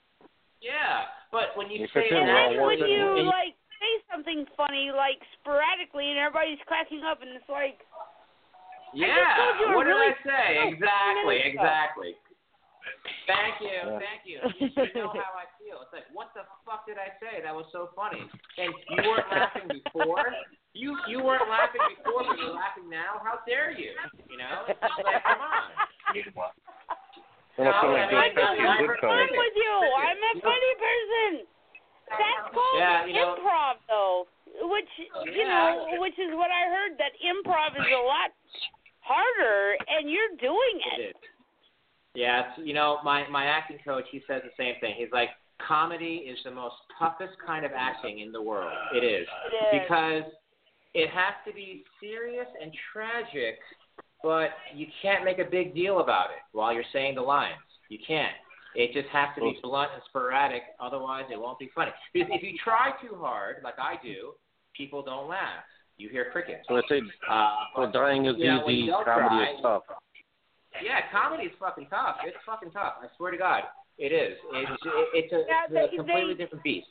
Yeah, but when you
You
say
could say
that,
And
Well,
when
what's it-
you
and-
like say something funny, like sporadically, and everybody's cracking up, and it's like,
yeah.
told you a
what did I
really
say?
funny
Exactly,
minute ago.
exactly. Thank you,
Yeah.
thank you. You should know how I feel. It's like, what the fuck did I say? That was so funny. And you weren't laughing before. You you weren't laughing before, but you're laughing now. How dare you? You know, it's just like, come on.
Well, it's only
I
good
mean,
stuff and good
I'm
stuff.
"What's with you? I'm a funny person." That's called
Yeah, you know-
improv, though. Which you
Yeah.
know, which is what I heard. That improv is a lot harder, and you're doing it.
It is. Yes, you know, my, my acting coach, he says the same thing. He's like, comedy is the most toughest kind of acting in the world. It is.
It is.
Because it has to be serious and tragic, but you can't make a big deal about it while you're saying the lines. You can't. It just has to be blunt and sporadic, otherwise it won't be funny. Because if you try too hard, like I do, people don't laugh. You hear crickets.
So they say,
uh,
well, dying is
you know, when
easy,
you don't
comedy
try,
is tough.
yeah, comedy is fucking tough. It's fucking tough. I swear to God, it is. It's it's a,
Yeah,
it's
they-
a completely
they-
different beast.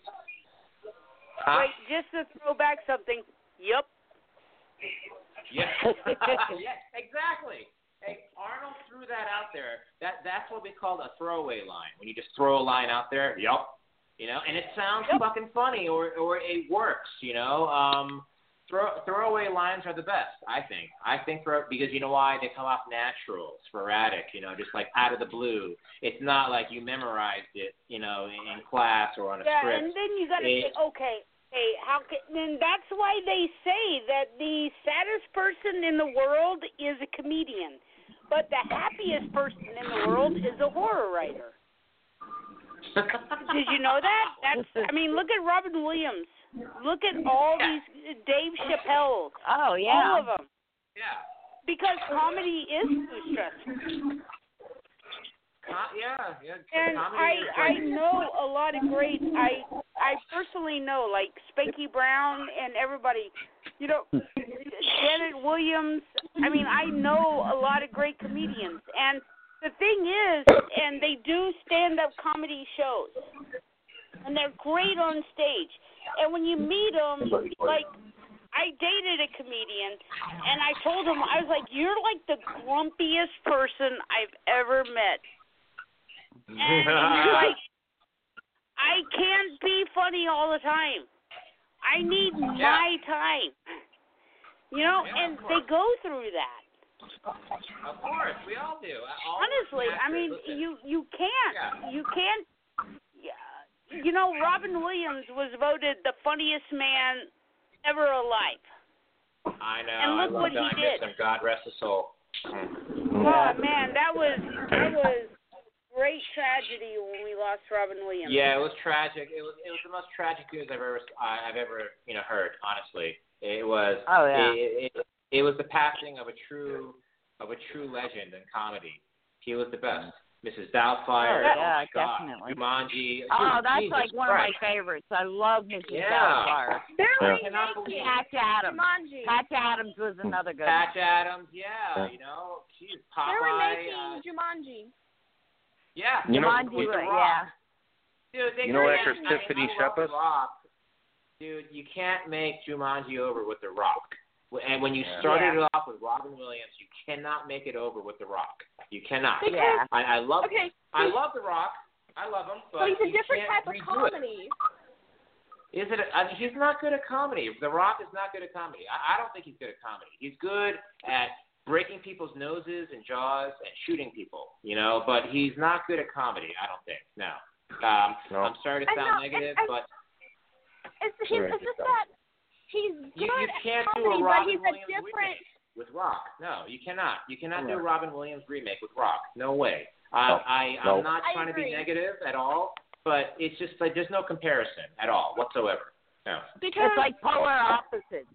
Huh?
Wait, just to throw back something. Yep.
Yeah. yes, exactly. Hey, Arnold threw that out there. That that's what we call a throwaway line. When you just throw a line out there, yup. You know, and it sounds fucking funny or or it works, you know. Um throw throwaway lines are the best, I think. I think for because you know why? They come off natural, sporadic, you know, just like out of the blue. It's not like you memorized it, you know, in, in class or on a
Yeah,
script.
and then you got to
It-
say, okay, okay, how can? And that's why they say that the saddest person in the world is a comedian, but the happiest person in the world is a horror writer. Did you know that? That's. I mean, look at Robin Williams. Look at all these uh, Dave Chappelle.
Oh yeah.
all of them.
Yeah.
Because comedy is too stressful.
Com- yeah, yeah.
And
comedy
I
is
I
like-
know a lot of great I I personally know like Spanky Brown and everybody, you know, Janet Williams. I mean, I know a lot of great comedians. And the thing is, and they do stand up comedy shows, and they're great on stage. And when you meet them, like I dated a comedian, and I told him I was like, "You're like the grumpiest person I've ever met." And he's like, I can't be funny all the time. I need my time. You know,
Yeah,
and
of
they go through that.
Of course, we all do. All
Honestly, I mean,
Listen,
you you can't
Yeah.
you can't. yeah. You know, Robin Williams was voted the funniest man ever alive.
I know.
and look
I love
what he
Don
did.
Gibson, God rest his soul.
Oh man, that was that was great tragedy when we lost Robin Williams.
Yeah, it was tragic. It was it was the most tragic news I've ever I- I've ever you know heard. Honestly, it was.
Oh, yeah.
It, it, it was the passing of a true of a true legend in comedy. He was the best. Mrs. Doubtfire.
Oh,
Oh,
yeah,
my God.
definitely.
Jumanji.
Oh, that's
Jesus
like one of
Christ.
my favorites. I love Mrs.
Yeah.
Doubtfire.
They're
Yeah.
remaking
Patch Adams.
Jumanji.
Patch Adams was another good
Patch
one.
Adams. Yeah,
Yeah.
you know, geez,
They're
Popeye.
remaking
uh,
Jumanji.
yeah,
You know-
with-
Jumanji,
with The
right,
Rock.
yeah.
Dude, they
You know
couldn't
actress
make Jumanji
Tiffany
over
Shepis?
The Rock. Dude, you can't make Jumanji over with The Rock. W- And when you
Yeah.
started
Yeah.
it off with Robin Williams, you cannot make it over with The Rock. You cannot.
Because
Yeah.
I, I love
okay,
I love The Rock. I love him, but
so he's a
you
different
can't
type of
redo it.
comedy.
Is it? A, I mean, he's not good at comedy. The Rock is not good at comedy. I, I don't think he's good at comedy. He's good at breaking people's noses and jaws and shooting people, you know. But he's not good at comedy. I don't think. No. Um,
No.
I'm sorry to
I
sound
know, and-
negative,
and-
but
It's, he's,
Right.
it's just that he's
you,
good
you can't
at
do a
comedy, but
Robin
he's a
Williams
different.
remake with Rock. No, you cannot. You cannot do a
Right.
Robin Williams remake with Rock. No way. I,
No.
I
No.
I'm not
I
trying to
agree.
be negative at all, but it's just like there's no comparison at all whatsoever. No.
Because
It's like polar opposites.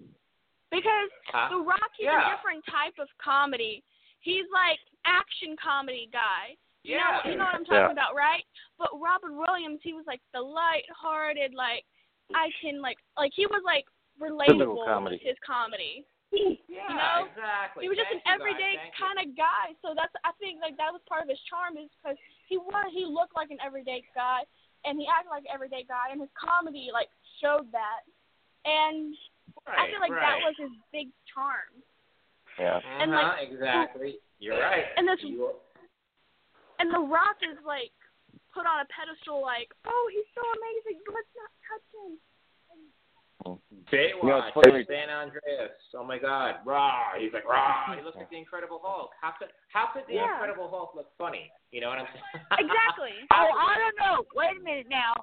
because
Huh?
The Rock is
Uh, Yeah.
a different type of comedy. he's like action comedy guy. You
Yeah.
know, you know what I'm
Yeah.
talking about, right? But Robin Williams, he was like the light-hearted, like I can like like he was like
Physical
relatable
comedy.
with his comedy.
Yeah,
you know?
exactly.
He was just
Thank
an
you, guys.
everyday
Thank you.
kind of guy. So that's I think like that was part of his charm is because he was he looked like an everyday guy and he acted like an everyday guy and his comedy like showed that. And I
Right,
feel like
right.
that was his big charm.
Yeah.
And,
Uh-huh,
like,
exactly. You're right.
and that's-
You-
And The Rock is like put on a pedestal like, "Oh, he's so amazing. Let's not touch him."
Baywatch,
You know, it's funny.
San Andreas. Oh my God, raw. He's like raw. He looks like the Incredible Hulk. How could how could the
Yeah.
Incredible Hulk look funny? You know what I'm saying?
Exactly.
oh, I don't know. Wait a minute now.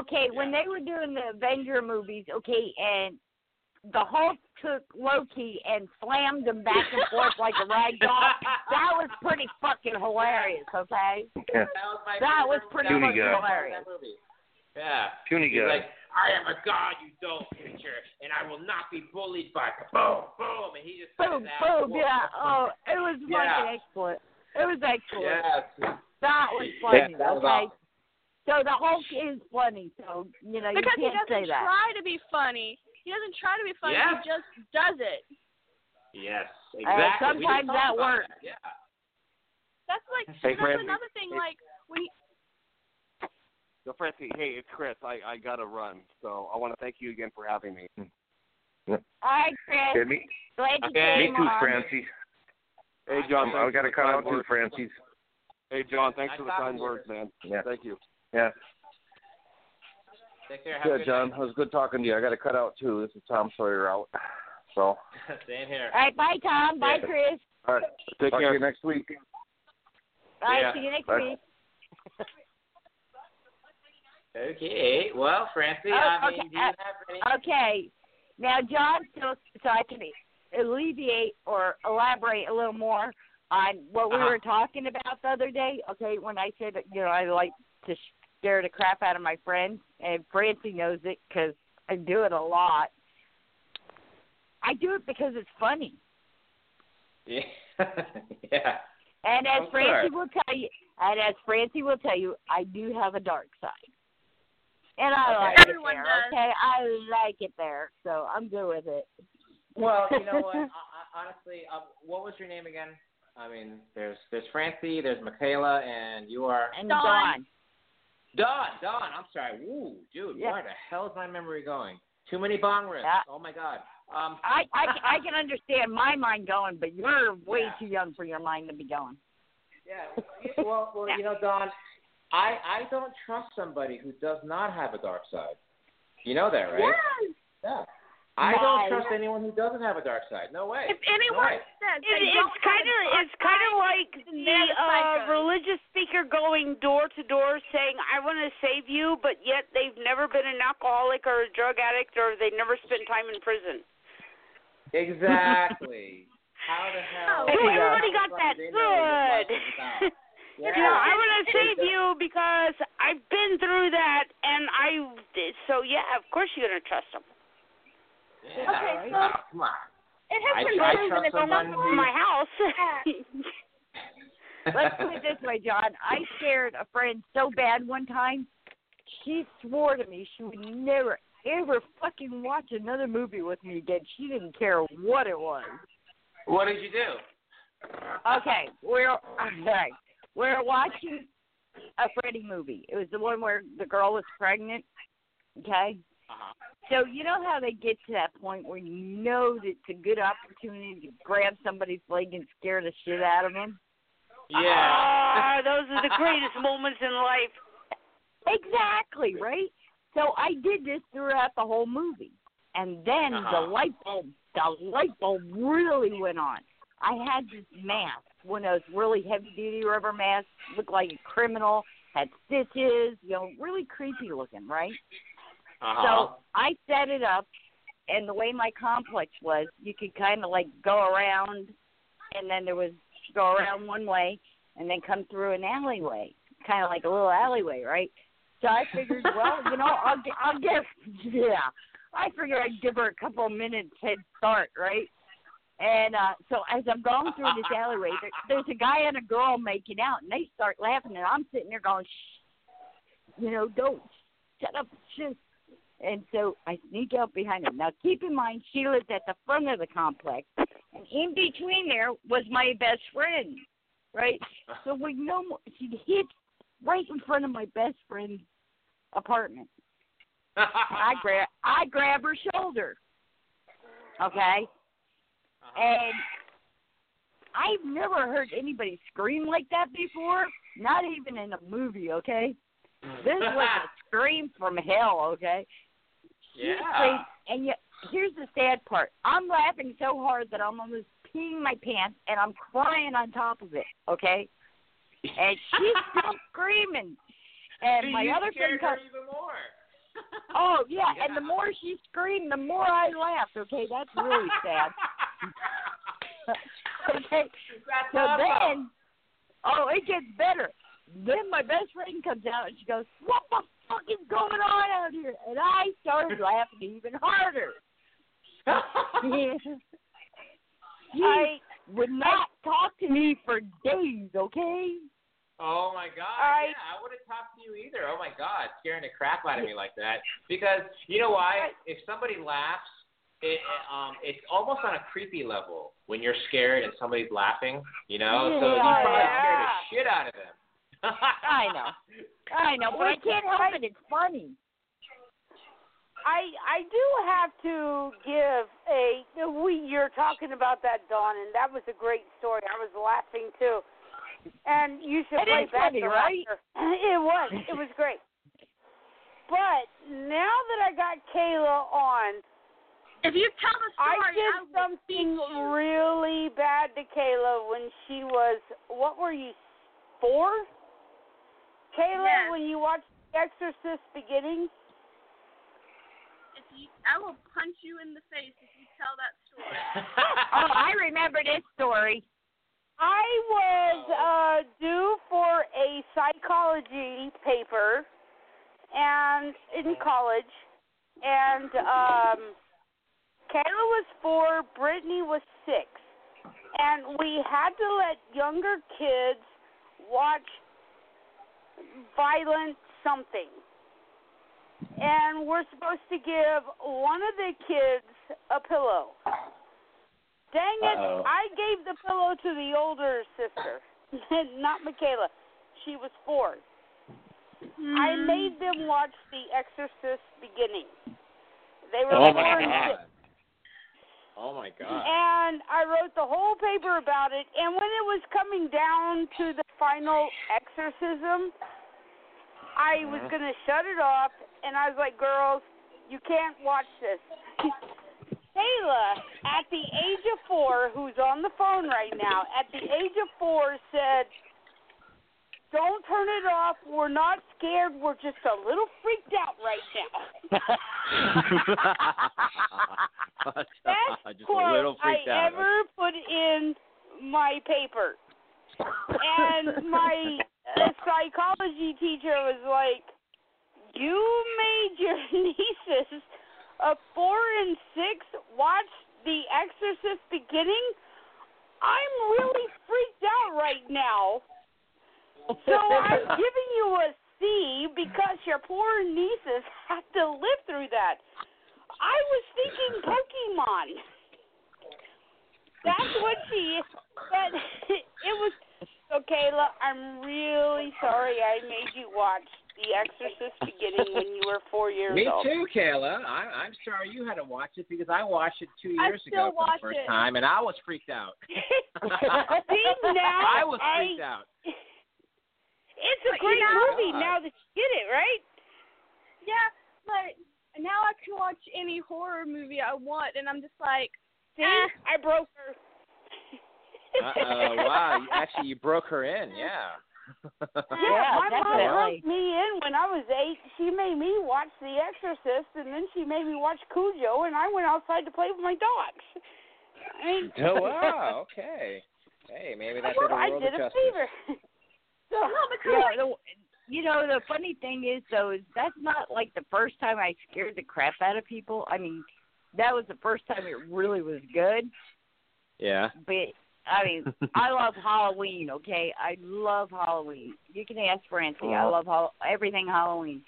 Okay, when they were doing the Avenger movies, okay, and the Hulk took Loki and slammed him back and forth like a rag doll. That was pretty fucking hilarious. Okay,
Yeah.
was my
that was
favorite-
pretty
that
Puny
fucking
guy.
hilarious.
That movie. Yeah.
Puny
He's
guy.
like, I am a god, you dull creature, and I will not be bullied by boom, boom, and he just said
Boom,
his ass
boom,
whooped.
yeah. Oh, it was fucking
Yeah.
excellent. It was excellent.
Yes.
That was
Yeah,
funny.
that was
okay.
awesome.
So the Hulk is funny. So you know
because
you
he
can't say
doesn't
that.
try to be funny. He doesn't try to be funny.
Yeah.
He just does it.
Yes. Exactly.
Uh,
We just
sometimes
talked
that
about
works.
that. Yeah.
That's like
Hey,
that's
Brandy.
another thing.
Hey.
Like when he,
So, Francie, hey, it's Chris. I I gotta run, so I want to thank you again for having me.
All right, Chris.
Yeah, me,
Glad you
me
came
too,
on.
Francie.
Hey, John.
I
thanks for
got to
the
cut
kind
out too,
words.
Francie.
Hey, John. Thanks
I
for the
thought
kind
you were-
words, man.
Yeah.
Thank you.
Yeah.
Take care. Have
Yeah,
a good
John.
night.
It was good talking to you. I got to cut out too. This is Tom Sawyer out. So,
Same here.
All right, bye, Tom. Bye,
Yeah.
Chris.
all right.
Take
Talk
care.
to you next week.
All right,
Yeah.
see you next
Bye.
week.
Okay. Well, Francie,
Oh,
I mean,
okay.
do you have any?
Okay. Now, John, so, so I can alleviate or elaborate a little more on what we
Uh-huh.
were talking about the other day. Okay, when I said, you know, I like to scare the crap out of my friends, and Francie knows it because I do it a lot. I do it because it's funny.
Yeah. yeah.
And as
Of
Francie will tell you, and as Francie will tell you, I do have a dark side. And I
Okay.
like it
Everyone
there.
does.
Okay, I like it there, so I'm good with it.
Well, you know what? I, I, honestly, um, what was your name again? I mean, there's there's Francie, there's Michaela, and you are
And
Dawn.
Dawn.
Don. Don, I'm sorry. Ooh, dude,
Yeah.
where the hell is my memory going? Too many bong rips.
Yeah.
Oh my God. Um,
I I can, I can understand my mind going, but you're way
Yeah.
too young for your mind to be going.
Yeah. Well, well, you know, Don, I I don't trust somebody who does not have a dark side. You know that, right?
yes.
Yeah. I
Nice.
don't trust anyone who doesn't have a dark side. No way.
If anyone
Right.
says
It, it's kind of it's kind of like the uh, religious speaker going door to door saying, "I want to save you," but yet they've never been an alcoholic or a drug addict, or they never spent time in prison.
Exactly. How the hell?
Oh,
uh,
everybody
how the
got
fuck
that
do they know what
good.
this life is about?
You
Yeah.
know, I want to
Exactly.
save you because I've been through that, and I so yeah, of course you're gonna trust them.
Yeah, right?
Okay, so-
Ah, come on.
It has
I-
been
I
proven
trust
if I'm
someone who-
not
My house.
Let's put it this way, John. I scared a friend so bad one time, she swore to me she would never ever fucking watch another movie with me again. She didn't care what it was.
What did you do?
Okay, we're okay. We're watching a Freddy movie. It was the one where the girl was pregnant. Okay.
Uh-huh.
So you know how they get to that point where you know that it's a good opportunity to grab somebody's leg and scare the shit out of them.
Yeah.
Ah, those are the greatest moments in life.
Exactly right. So I did this throughout the whole movie, and then
Uh-huh.
the light bulb, the light bulb really went on. I had this mask, one of those really heavy duty rubber masks, looked like a criminal, had stitches, you know, really creepy looking, right?
Uh-huh.
So I set it up, and the way my complex was, you could kind of like go around, and then there was go around one way, and then come through an alleyway, kind of like a little alleyway, right? So I figured, well, you know, I'll gi- I'll give, yeah, I figured I'd give her a couple minutes head start, right? And uh, so as I'm going through this alleyway, there, there's a guy and a girl making out, and they start laughing, and I'm sitting there going, "Shh, you know, don't shut up, shh." And so I sneak out behind them. Now keep in mind, she lives at the front of the complex, and in between there was my best friend, right? So we no more. She hid right in front of my best friend's apartment. I grab I grab her shoulder. Okay. And I've never heard anybody scream like that before. Not even in a movie, okay? This was a scream from hell, okay? She
Yeah.
screamed, and yet, here's the sad part. I'm laughing so hard that I'm almost peeing my pants, and I'm crying on top of it, okay? And she's still screaming. And
See,
my
you
other friend
scared her
comes.
even more.
Oh yeah, and the more she screamed, the more I laughed. Okay, that's really sad. okay,
That's
so
awful.
then, oh, it gets better. Then my best friend comes out and she goes, "What the fuck is going on out here?" And I started laughing even harder. I would not talk to me for days. Okay.
Oh my god.
I-
yeah, I wouldn't talk to you either. Oh my god, scaring the crap out of me like that. Because you know why? If somebody laughs, it um it's almost on a creepy level when you're scared and somebody's laughing, you know? So you
Yeah.
probably scared the shit out of them.
I know. I know, but I can't help it. It's funny.
I I do have to give a we you're talking about that Dawn and that was a great story. I was laughing too. And you should
It
play
is
back
funny,
the
right?
laughter. It was. It was great. But now that I got Kayla on
If you tell the
I
story,
did
I will
something really bad to Kayla when she was what were you four? Kayla,
Yes.
when you watched The Exorcist beginning,
If you, I will punch you in the face if you tell that story.
Oh, I remember this story.
I was uh, due for a psychology paper, and in college, and um, Kayla was four, Brittany was six, and we had to let younger kids watch violent something, and we're supposed to give one of the kids a pillow. Dang it!
Uh-oh.
I gave the pillow to the older sister, not Michaela. She was 4 I made them watch The Exorcist beginning. They were
oh
four
my
and
god.
six.
Oh my god.
And I wrote the whole paper about it. And when it was coming down to the final exorcism, I was
Mhm.
going to shut it off. And I was like, girls, you can't watch this. Kayla, at the age of four, who's on the phone right now, at the age of four said, Don't turn it off. We're not scared. We're just a little freaked out right now.
Just a little freaked
I
out.
ever put in my paper. And my uh, psychology teacher was like, You made your nieces a four and six watch The Exorcist beginning? I'm really freaked out right now. So I'm giving you a C because your poor nieces have to live through that. I was thinking Pokemon. That's what she. That it was. So Kayla, I'm really sorry I made you watch The Exorcist beginning when you were four years
Me
old.
too, Kayla. I, I'm sorry you had to watch it because I watched it two
I
years ago for
still
the
watch
first
it.
time, and I was freaked out.
See now
I was freaked out.
It's a
But you
great
know- uh,
movie now that you get it right.
Yeah, but now I can watch any horror movie I want, and I'm just like,
See, I broke her.
Uh-oh, wow. You, actually, you broke her in, yeah.
Yeah, my mom
Wow.
roped me in when I was eight. She made me watch The Exorcist, and then she made me watch Cujo, and I went outside to play with my dogs. I mean,
Oh, wow, okay. Hey, maybe that did a
I
world
did a
of justice.
fever.
Yeah, the, you know the funny thing is though is that's not like the first time I scared the crap out of people. I mean, that was the first time it really was good.
Yeah.
But I mean, I love Halloween. Okay, I love Halloween. You can ask Francie. I
Uh-huh.
love Hall- everything Halloween.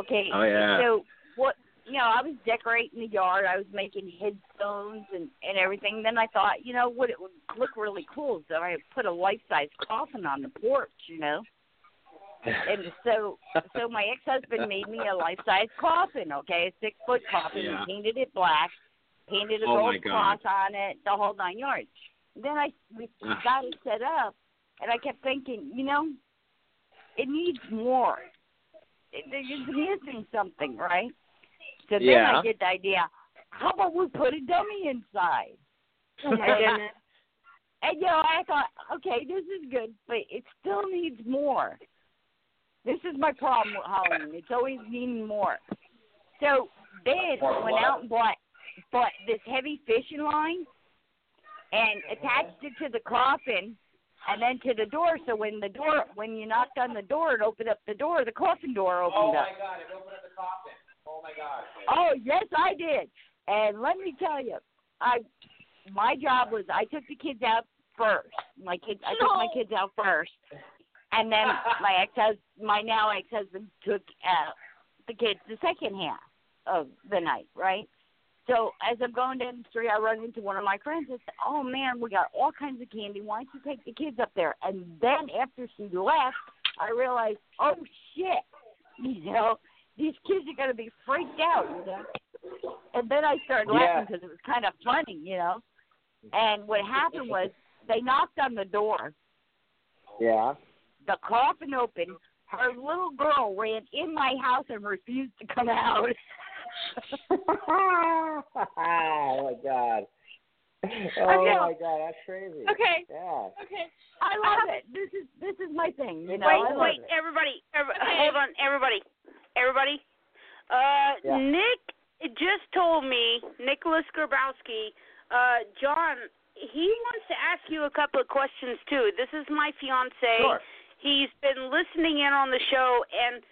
Okay.
Oh, yeah.
So what? You know, I was decorating the yard. I was making headstones and and everything. Then I thought, you know, what it would look really cool is if I put a life size coffin on the porch. You know. And so, so my ex husband made me a life size coffin. Okay, a six foot coffin.
Yeah.
and painted it black, painted a
Oh, my
gold
God.
cross on it, the whole nine yards then I we
Ugh.
got it set up, and I kept thinking, you know, it needs more. It, it's missing something, right? So then
Yeah.
I get the idea. How about we put a dummy inside?
Oh, my goodness.
And you know, I thought, okay, this is good, but it still needs more. This is my problem with Halloween. It's always needing more. So then
More
went
what?
out and bought bought this heavy fishing line and attached it to the coffin and then to the door so when the door when you knocked on the door it opened up the door, the coffin door opened
Oh
up.
my God! It opened up the coffin. Oh my God.
Oh yes, I did. And let me tell you, I my job was I took the kids out first. My kids, I took my
No.
kids out first, and then my ex husband, my now ex husband, took out the kids the second half of the night. Right. So as I'm going down the street, I run into one of my friends. I said, "Oh man, we got all kinds of candy. Why don't you take the kids up there?" And then after she left, I realized, "Oh shit, you know, these kids are gonna be freaked out, you know." And then I started laughing
Yeah.
because it was kind of funny, you know. And what happened was they knocked on the door.
Yeah.
The coffin opened. Her little girl ran in my house and refused to come out.
oh my god. Oh
know.
my god, that's crazy.
Okay.
Yeah.
Okay.
I love it. This is this is my thing. You know,
wait,
I love
wait,
it.
everybody, every,
Okay.
hold on, everybody, everybody. Uh,
Yeah.
Nick just told me, Nicholas Grabowski, uh, John, he wants to ask you a couple of questions too. This is my fiance.
Sure.
He's been listening in on the show, and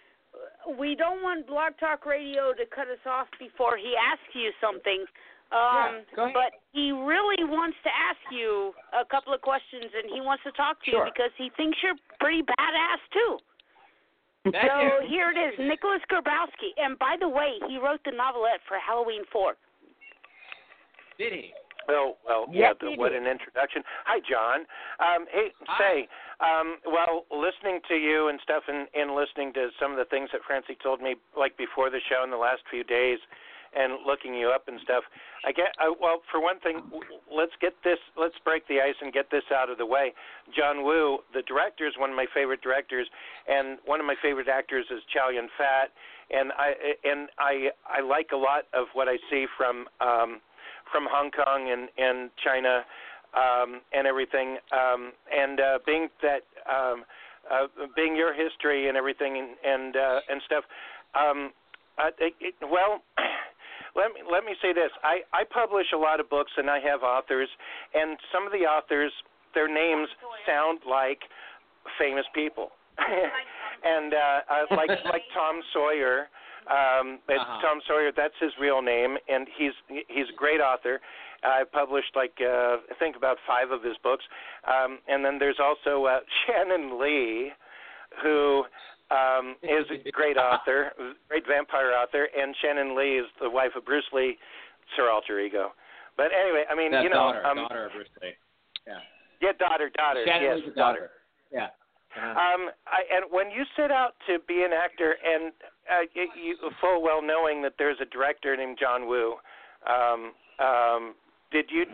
we don't want Blog Talk Radio to cut us off before he asks you something.
Yeah,
Um,
go ahead.
But he really wants to ask you a couple of questions, and he wants to talk to
Sure.
you because he thinks you're pretty badass too.
Thank
so
you.
here it is, Nicholas Grabowski. And by the way, he wrote the novelette for Halloween Four.
Did he?
Well, well,
Yes,
yeah.
it
The, what
is.
an introduction. Hi, John. Um, hey, say, um, well, listening to you and stuff, and, and listening to some of the things that Francie told me, like before the show in the last few days, and looking you up and stuff. I get. I, well, for one thing, w- w- let's get this. Let's break the ice and get this out of the way. John Woo, the director, is one of my favorite directors, and one of my favorite actors is Chow Yun Fat, and I and I I like a lot of what I see from. Um, from Hong Kong and and China um and everything um and uh being that um uh being your history and everything and and uh and stuff um I, it, it, well let me let me say this i i publish a lot of books and i have authors and some of the authors their names sound like famous people and uh, uh like like Tom Sawyer um it's
Uh-huh.
Tom Sawyer that's his real name and he's he's a great author I published like uh I think about 5 of his books um and then there's also uh Shannon Lee who um is a great author great vampire author and Shannon Lee is the wife of Bruce Lee Sir Alter Ego but anyway I mean
That's
you know
daughter,
um
daughter of Bruce Lee. Yeah.
yeah daughter daughter
Shannon
yes
Lee's the daughter.
daughter
Yeah. Uh-huh.
um, I, and when you set out to be an actor, and uh, y- you full well knowing that there's a director named John Woo, um, um, did you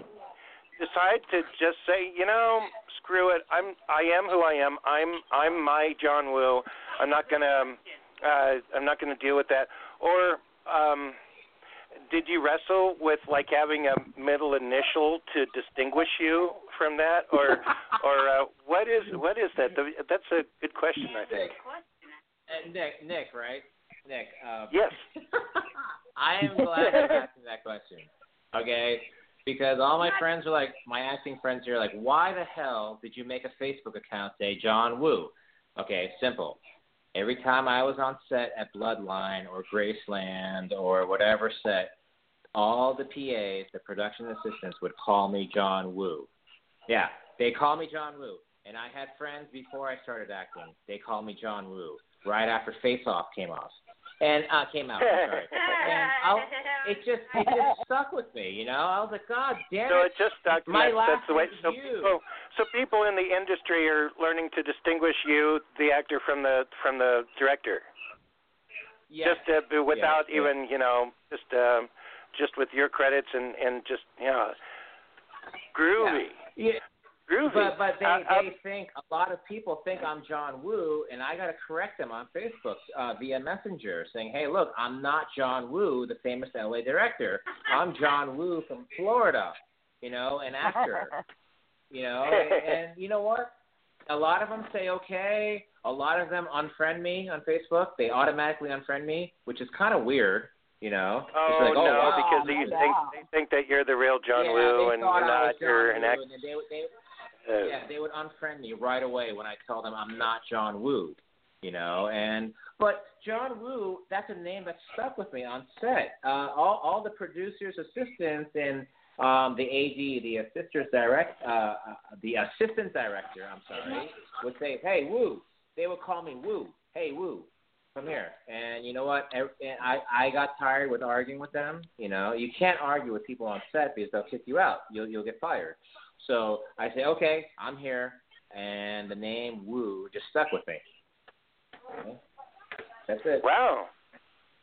decide to just say, you know, screw it, I'm I am who I am. I'm I'm my John Woo. I'm not gonna um, uh, I'm not gonna deal with that. Or um, did you wrestle with like having a middle initial to distinguish you from that, or or uh, what is what is that? The, that's a good question, I think.
Uh, Nick, Nick, right? Nick. Um,
Yes.
I am glad you're asking that question. Okay, because all my friends are like, my acting friends are like, why the hell did you make a Facebook account say John Woo? Okay, simple. Every time I was on set at Bloodline or Graceland or whatever set,
all the PAs, the production assistants, would call me John Woo. Yeah, they call me John Woo. And I had friends before I started acting. They called me John Woo right after Face Off came off and uh, came out. I'm sorry. And I'll, it just it just stuck with me, you know. I was like, God damn.
So it just stuck.
My
that's,
last
that's the way.
is
So
you.
people, so people in the industry are learning to distinguish you, the actor, from the from the director.
Yes.
Just uh, without
yes.
even you know, just um, just with your credits and and just you know, groovy.
Yeah.
Groovy.
But but they
Uh, uh,
they think a lot of people think I'm John Woo, and I got to correct them on Facebook uh, via Messenger, saying, "Hey, look, I'm not John Woo, the famous LA director. I'm John Woo from Florida, you know, an actor, you know." And, and you know what? A lot of them say okay. A lot of them unfriend me on Facebook. They automatically unfriend me, which is kind of weird, you know.
Oh
it's like, oh,
no!
wow,
because
I'm
they
not
think they think that you're the real John
yeah,
Woo
they
and
thought
you're
I was
not.
John
you're an
Woo,
actor.
and They, would- they,
Oh.
yeah, they would unfriend me right away when I tell them I'm not John Woo, you know. And but John Woo, that's a name that stuck with me on set. Uh, all all the producers, assistants, and um, the AD, the assistant direct, uh, uh, the assistant director, I'm sorry, would say, "Hey Woo," they would call me Woo. Hey Woo, come here. And you know what? Ev- and I I got tired with arguing with them. You know, you can't argue with people on set because they'll kick you out. You'll you'll get fired. So I say, okay, I'm here, and the name Woo just stuck with me. That's it.
Wow.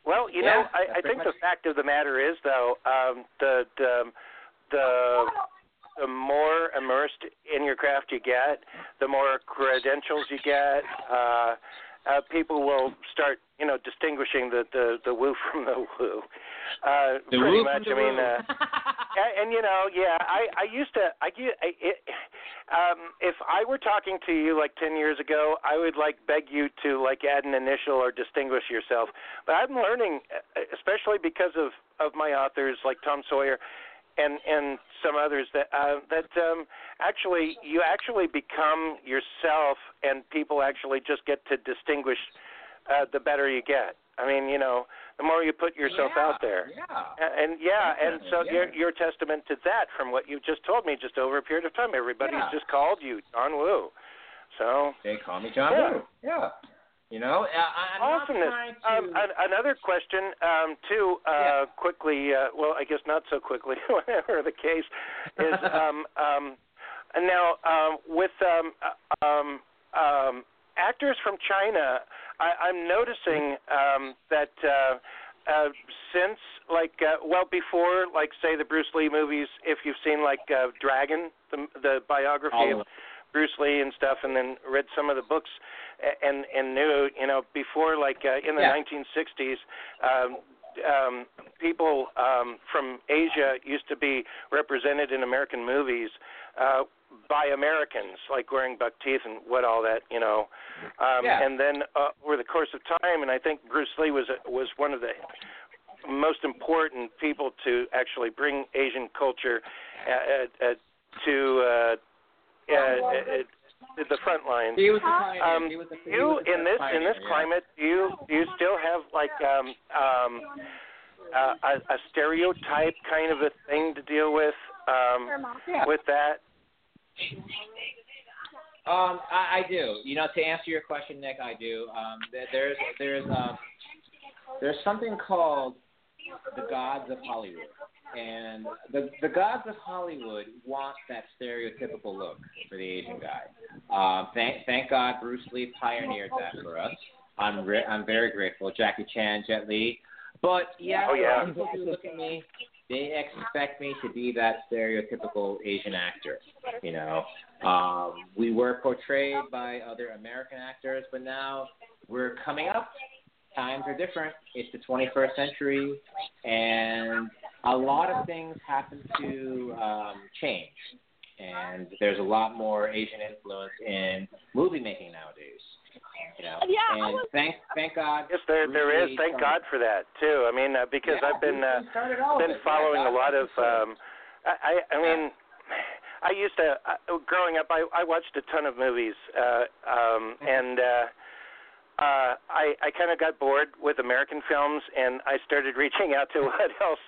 Well, you
Yeah,
know, I, I
that's pretty
think the
much-
fact of the matter is, though, um, the the the the more immersed in your craft you get, the more credentials you get. Uh, uh, people will start, you know, distinguishing the the the woo from the woo. Uh,
The
pretty
woo from
much.
the
I mean,
woo.
uh, and, and you know, yeah, I I used to I, u- I it, um if I were talking to you like 10 years ago, I would like beg you to like add an initial or distinguish yourself. But I'm learning uh, especially because of of my authors like Tom Sawyer and and some others that uh that um actually you actually become yourself and people actually just get to distinguish uh the better you get. I mean, you know, the more you put yourself
Yeah,
out there.
Yeah.
And, and yeah, and so
Definitely,
you're
yeah.
you're testament to that from what you just told me just over a period of time. Everybody's
Yeah.
just called you John Woo. So
They call me John
Yeah.
Woo. Yeah. You know, I, I'm
awesomeness.
not trying to.
Um, an, another question, um, too, uh,
Yeah.
quickly. Uh, well, I guess not so quickly. whatever the case is. Um, um, and now um, with um, uh, um, um, actors from China, I, I'm noticing um, that. Uh, uh, since like uh, well before like say the Bruce Lee movies, if you've seen like uh, Dragon, the, the biography
All
of
of
Bruce Lee and stuff, and then read some of the books a- and and knew you know before like uh, in the
Yeah.
1960s. Um, um, people um, from Asia used to be represented in American movies uh, by Americans, like wearing buck teeth and what all that, you know. Um,
Yeah.
And then uh, over the course of time, and I think Bruce Lee was was one of the most important people to actually bring Asian culture uh, uh, uh, to uh, uh, uh, to the front line.
He was the pioneer.
Um,
he was the, he
You
was the
in this in
pioneer,
this
yeah.
climate, do you do you still have like um um uh, a, a stereotype kind of a thing to deal with um
Yeah.
with that?
Um, I, I do. You know, to answer your question, Nick, I do. Um, there- there's there's um, there's something called the gods of Hollywood, and the the gods of Hollywood want that stereotypical look for the Asian guy. Um, thank thank God Bruce Lee pioneered that for us. I'm re- I'm very grateful. Jackie Chan, Jet Li, but yeah,
Oh, yeah.
people do look at me. They expect me to be that stereotypical Asian actor. You know, um, we were portrayed by other American actors, but now we're coming up. Times are different. It's the 21st century, and a lot of things happen to um, change. And there's a lot more Asian influence in movie making nowadays. You know,
Yeah, I
and
was-
thank thank God.
Yes, there there is.
Bruce Lee
Thank God
started-
for that too. I mean, uh, because
Yeah,
I've been
Bruce
uh,
Lee started all of
been
it. Yeah,
following a
God
lot
bless
of
his soul.
um I I I mean I used to uh, growing up I I watched a ton of movies uh um
Mm-hmm.
and uh uh I I kind of got bored with American films and I started reaching out to what else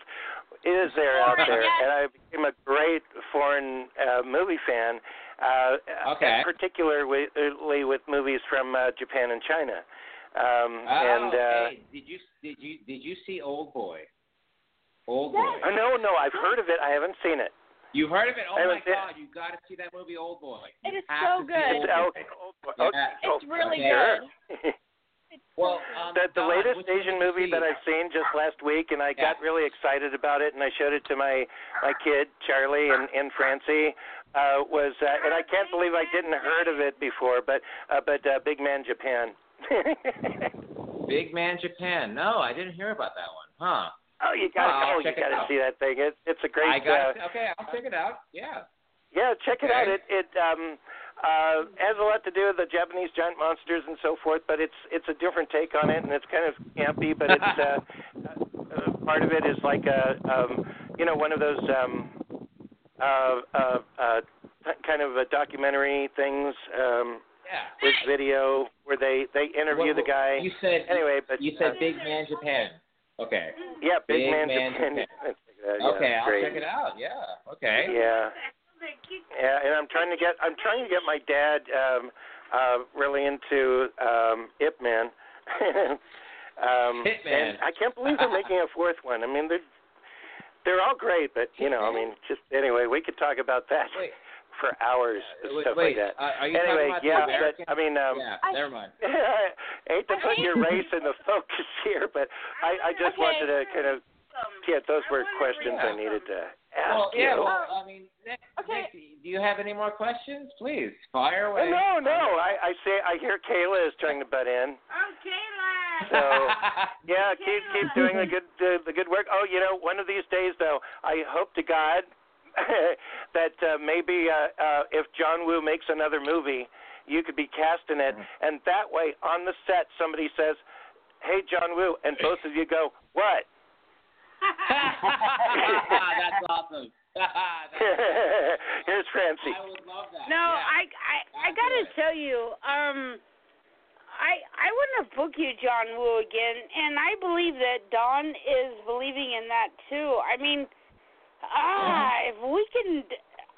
is there out
Foreign,
there,
yes.
and I became a great foreign uh, movie fan. Uh,
Okay.
Particularly with movies from uh, Japan and China. Um,
Oh,
and uh,
hey, did you did you did you see Old Boy? Old
Yes.
Boy.
Oh, no, no, I've heard of it. I haven't seen it.
You've heard of it? Oh
I
my
haven't seen
God! You got to see that movie, Old Boy.
It is
have
so
to see
good.
Old
It's-
Boy.
oh,
Yeah.
It's really
Sure.
good.
Well, um,
the, the
Don,
latest
which one
Asian
did you
movie
see?
that I've seen just last week, and I
Yeah.
got really excited about it, and I showed it to my my kid Charlie and and Francie. Uh, was uh, and I can't believe I didn't heard of it before, but uh, but uh, Big Man Japan.
Big Man Japan. No, I didn't hear about that one. Huh?
oh, you got
I'll
to oh, you
check it
got to
out.
see that thing. It's it's a great.
I got.
uh,
to okay, I'll check it out. Yeah.
Yeah, check it
Okay.
out. It it um uh has a lot to do with the Japanese giant monsters and so forth, but it's it's a different take on it and it's kind of campy, but it's uh, uh part of it is like a um you know one of those um uh uh uh t- kind of a documentary things um
Yeah.
with video where they they interview
What-
the guy.
You said
anyway, but
you said
uh,
Big Man Japan. Okay.
yeah,
Big
Big, Man,
Man
Japan.
Japan.
Check it out, yeah,
Okay, I'll
great.
check it out. Yeah. Okay.
Yeah. Yeah, and I'm trying to get I'm trying to get my dad um uh really into um Ip Man. um
Ip Man.
and I can't believe they're making a fourth one. I mean they're they're all great, but you know, I mean just anyway, we could talk about that
Wait.
for hours and
Wait,
stuff
wait,
like that.
uh, are you talking
anyway,
about the
yeah,
American-
but I mean um
Yeah. Never mind.
hate to put your race in the focus here, but I, I just
Okay.
wanted to kind of yeah, those were questions I needed to ask
Well, yeah.
you.
Well, I mean, Nick, Nick, do you have any more questions? Please fire
Well,
away.
no, no. I, I say I hear Kayla is trying to butt in.
I'm Kayla.
So yeah, keep keep doing the good uh, the good work. Oh, you know, one of these days though, I hope to God that uh, maybe uh, uh, if John Woo makes another movie, you could be cast in it, and that way on the set somebody says, "Hey, John Woo," and both of you go, "What?"
That's awesome.
Here's Francie.
No, I I I gotta tell you, um, I I wouldn't have booked you, John Woo, again, and I believe that Don is believing in that too. I mean,
Mm-hmm.
ah, if we can,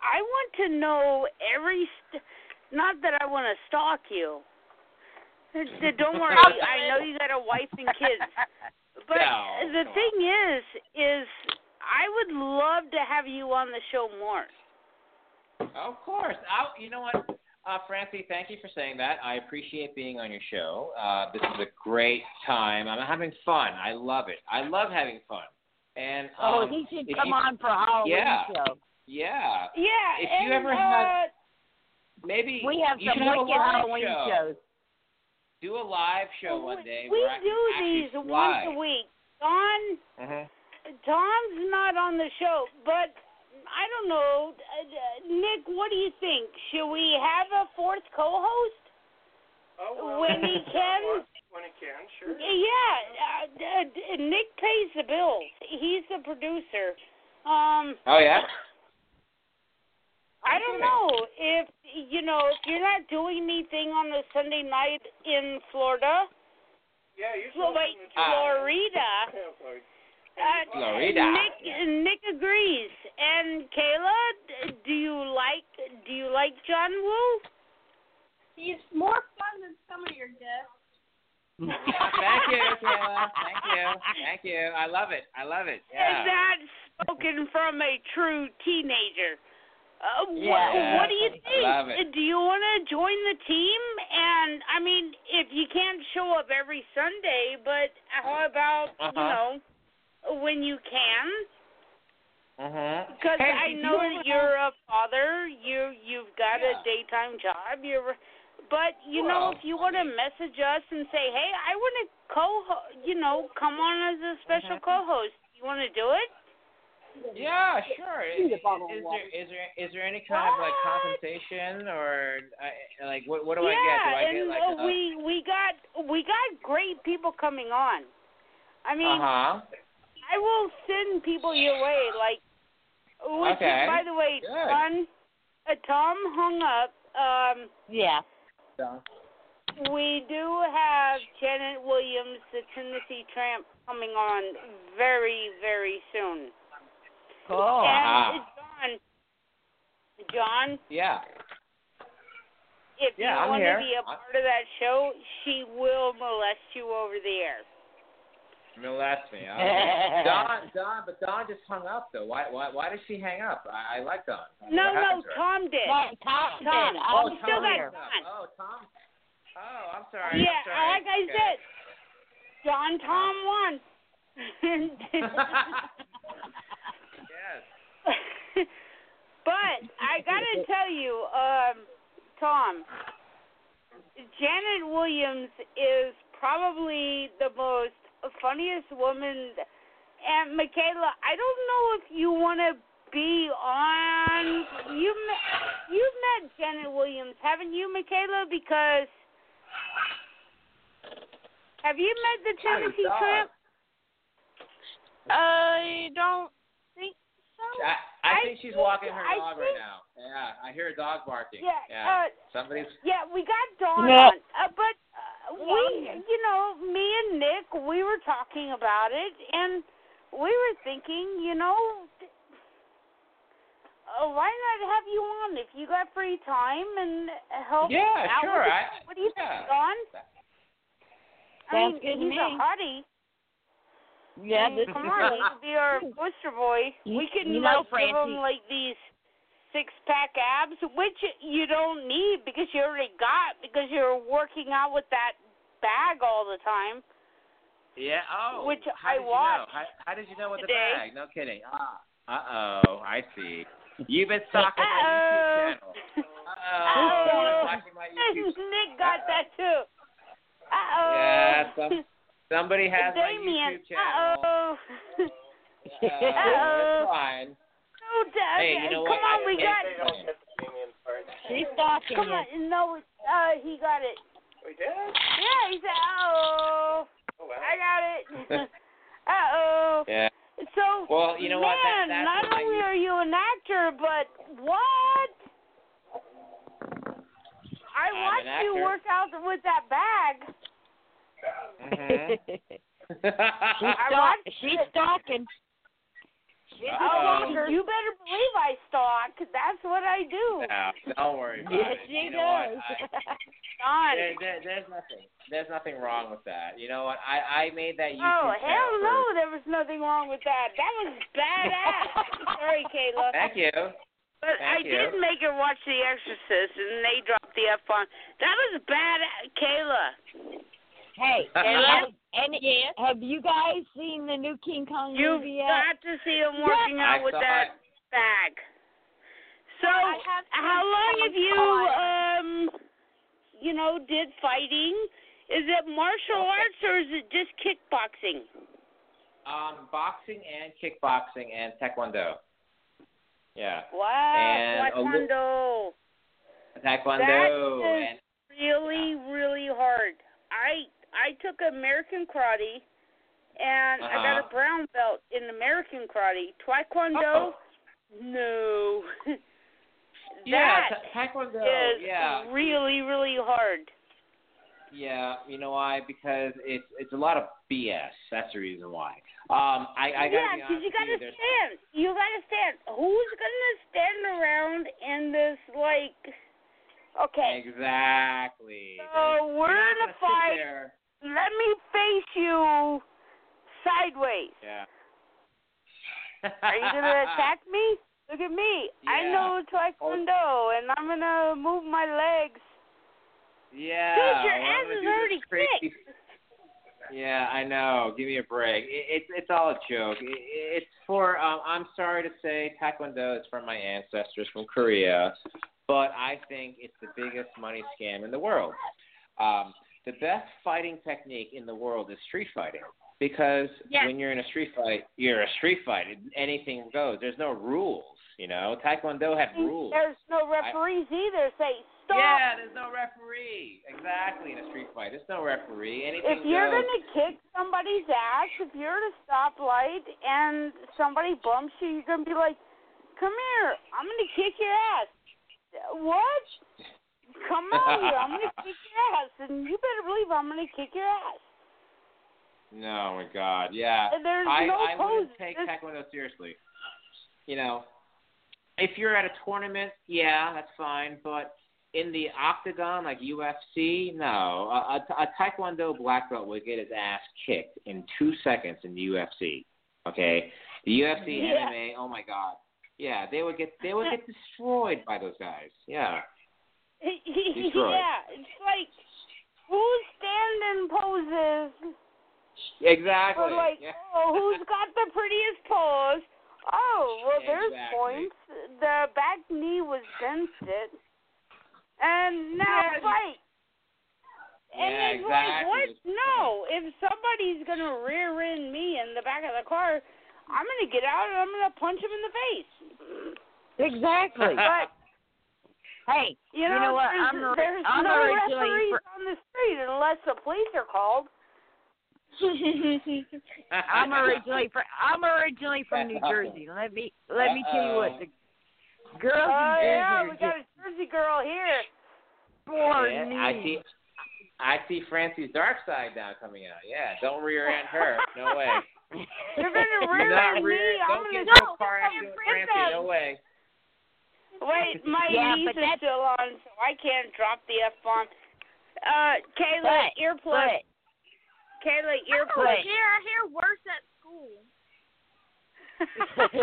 I want to know every. St- not that I want to stalk you. Don't worry, I know you got a wife and kids. But
No,
the
come on.
thing is, is I would love to have you on the show more.
Of course. I, you know what, uh, Francie, thank you for saying that. I appreciate being on your show. Uh, this is a great time. I'm having fun. I love it. I love having fun. And
Oh,
um,
he should
if
come
you-
on for a Halloween
Yeah.
show.
Yeah.
Yeah.
If
and,
you ever
uh,
have maybe
We have
you
some
should have a
wicked
live
Halloween
show.
shows. Oh,
Do a live show one day.
Oh, we
where I can
do
actually
these once a
fly.
week. Don
Mhm.
Don's not on the show, but I don't know. Uh, uh, Nick, what do you think? Should we have a fourth co-host when he can?
When he can, sure.
Yeah, uh, uh, d- Nick pays the bills. He's the producer. Um,
Oh yeah.
I don't know if you know if you're not doing anything on a Sunday night in Florida.
Yeah,
Well, wait,
uh,
Florida. Uh,
Florida.
Nick Nick agrees. And Kayla, d- do you like do you like John Woo?
He's more fun than some of your guests.
Thank you, Kayla. Thank you. Thank you. I love it. I love it. Yeah.
Is that spoken from a true teenager? Uh, wha-
Yeah.
what do you think? Uh,
Love it.
Do you want to join the team? And I mean, if you can't show up every Sunday, but how about you
Uh-huh.
know when you can?
Mhm.
Because
Hey,
I
you
know
ever-
that you're a father. You you've got a daytime job. You're, but you know
Well,
if you want to message us and say, hey, I want to co, you know, come on as a special
Mm-hmm.
co-host. You want to do it?
Yeah, sure. Is, is there is there is there any kind of like compensation or uh, like what what do
yeah,
I get? Do I
and
get like
uh, we we got we got great people coming on. I mean,
uh huh.
I will send people your way. Like, which
Okay.
is, by the way,
Good.
Tom, uh, Tom hung up. Um,
Yeah.
We do have Janet Williams, the Tennessee Tramp, coming on very, very soon.
Cool.
And it's John. John,
Yeah.
if
Yeah,
you
I'm
want
here.
to be a part of that show, she will molest you over the air.
Molest me. Okay. Don, Don, but Don just hung up though. Why, why, why did she hang up? I, I like Don. I don't know
No,
what
no,
happened to her.
Tom did.
No, Tom
Tom.
did.
Oh,
I'm
still
still
got
here.
Don.
Oh, Tom. Oh, I'm sorry.
Yeah,
I'm sorry.
like I
Okay.
said, John Tom won.
Yes.
but I gotta tell you, um, Tom, Janet Williams is probably the most funniest woman. th- And Michaela, I don't know if you want to be on. You met, you've met Janet Williams, haven't you, Michaela? Because have you met the Tennessee
God.
Tramp?
I don't think so.
I, I think she's walking her
I
dog right
think-
now. Yeah, I hear a dog barking.
Yeah, uh,
Somebody's.
Yeah, we got Dawn
No.
on, uh, but uh, we, you know, me and Nick, we were talking about it, and we were thinking, you know, th- uh, why not have you on if you got free time and help
Yeah,
out?
sure,
with
I-
it? what do you
yeah.
think, Dawn? I mean,
Sounds good to
he's a
me.
hottie. I
Yeah,
mean,
this
come
is
on, he could be our poster boy.
You-
We can
you know,
like give
Francie-
him like these six pack abs, which you don't need because you already got because you're working out with that bag all the time.
Yeah. Oh.
Which
how
I
did You know?
watched
How, how did you know with
today.
the bag? No kidding. Ah. Uh oh. I see. You've been stalking my YouTube channel. Uh
Uh-oh.
oh. Watching my YouTube.
Nick got that too. Uh oh.
Yeah. Some, somebody has my
Damien.
YouTube channel.
Uh oh.
Uh,
Uh-oh.
it's fine. Hey, you know
come
what?
on, we
Hey,
got.
hey,
"Oh,
hey.
She's stalking
Come
you.
on, no, it's- uh, he got it.
We did?
Yeah, he said, oh,
Oh, wow.
I got it. uh oh.
Yeah.
So,
Well, you know
man,
what? That- that's
not
what I
only
used-
are you an actor, but what? I
I'm an
watched you
actor.
work out with that bag.
Mhm.
she's,
I
stalk-
watched
she's stalking.
Uh-huh.
She's a
Uh-oh.
stalker.
You better believe I stalk. That's what I do.
No, don't worry about
Yes,
it.
she
you know what?
does.
I-
Don.
there, there, there's nothing. There's nothing wrong with that. You know what? I I made that YouTube
Oh hell
channel.
no!
for-
There was nothing wrong with that. That was badass. Sorry, Kayla.
Thank you. Thank
But I
you.
did make her watch The Exorcist, and they dropped the F bomb. That was bad, Kayla.
Hey, and,
Hello?
have- and have you guys seen the new King Kong
You've
movie yet?
got to see him working
I
out with
saw
that bag. So,
I have seen
how long
Kong
have you, um, you know, did fighting? Is it martial arts or is it just kickboxing?
Um, boxing and kickboxing and taekwondo. Yeah,
Wow,
And a li-
taekwondo.
taekwondo
That is-
and
really, really hard. I I took American karate, and I got
Uh-huh.
a brown belt in American karate. Taekwondo,
Oh.
no.
yeah,
That
ta- taekwondo.
is
yeah,
really, really hard.
Yeah, you know why? Because it's it's a lot of BS. That's the reason why. Um, I I
yeah,
gotta be honest
you
with
gotta
you. there's-
stand. You gotta stand. Who's gonna stand around in this like? Okay,
Exactly. There's-
so we're
you're not
in
gonna
a
sit
fight.
there.
Let me face you sideways.
Yeah.
Are you gonna attack me? Look at me. I
Yeah. Oh.
know taekwondo, and I'm gonna move my legs.
Yeah.
Dude, your
well, I'm
ass
gonna
is
do this
already
crazy-
kicked.
Yeah, I know. Give me a break. It, it, it's all a joke. It, it's for, um, I'm sorry to say, Taekwondo is from my ancestors from Korea, but I think it's the biggest money scam in the world. Um, the best fighting technique in the world is street fighting because
Yes.
when you're in a street fight, you're a street fight. Anything goes. There's no rules, you know. Taekwondo had rules.
There's no referees either. Say stop.
Yeah, there's no referee. Exactly in a street fight. There's no referee. Anything
If you're
goes.
gonna kick somebody's ass, if you're at a stoplight and somebody bumps you, you're gonna be like, "Come here, I'm gonna kick your ass." What? Come on, here, I'm gonna kick your ass, and you better believe I'm gonna kick your ass.
No, oh my God, yeah.
There's
I,
no
I wouldn't
poses.
take
This-
Taekwondo seriously. you know, if you're at a tournament, yeah, that's fine. But in the octagon, like UFC, no, a, a, a Taekwondo black belt would get his ass kicked in two seconds in the UFC. Okay, the UFC,
Yeah.
MMA, oh my god, yeah, they would get they would get destroyed by those guys. Yeah, Detroit.
yeah, it's like who standing poses
exactly.
Or like,
yeah.
oh, who's got the prettiest pose? Oh, well, there's
Exactly.
points. The back knee was dented, and now
Yeah.
fight. And
Yeah,
it's like,
exactly.
what? No, if somebody's gonna rear end me in the back of the car, I'm gonna get out and I'm gonna punch him in the face.
Exactly.
But
hey,
you know,
know what?
There's,
I'm a-
there's
I'm
no
originally
referees
fr-
on the street unless the police are called.
I'm originally from I'm originally from New
That's
Jersey. Let me let me tell you what the girls
Oh
in Jersey
yeah,
are
we got a Jersey girl here.
Poor
Yeah, I see. I see Francie's dark side now coming out. Yeah, don't rear end her. No way.
You're gonna
Do
rear
not
end me.
rear-
I'm
don't
gonna
get so far
I'm
after
a
Francie. No
princess.
way.
Wait, my
Yeah,
niece
but
is still on, so I can't drop the f bomb. Uh,
But-
Kayla, earplug. Kayla,
I
earplug.
hear, I hear worse at school.
but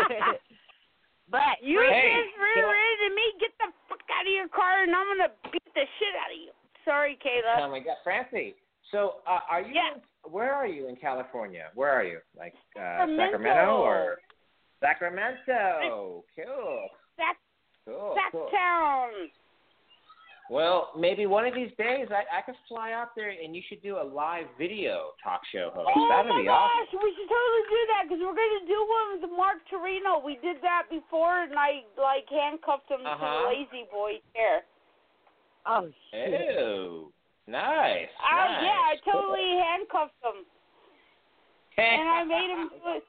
but
You
Frankie,
just rear-ended me. Get the fuck out of your car, and I'm gonna beat the shit out of you. Sorry, Kayla.
Oh my God, Francie. So, uh, are you? In, where are you in California? Where are you? Like uh, Sacramento or Sacramento? Cool,
Sac
cool, cool.
Sacktown.
Well, maybe one of these days I, I could fly out there and you should do a live video talk show host.
Oh
That'd
my
be awesome.
gosh, we should totally do that because we're gonna do one with Mark Torino. We did that before, and I like handcuffed him to the
Uh-huh.
lazy boy chair.
oh shit.
Ew. Nice. nice.
I, Uh, yeah, I totally handcuffed him, and I made him. do it.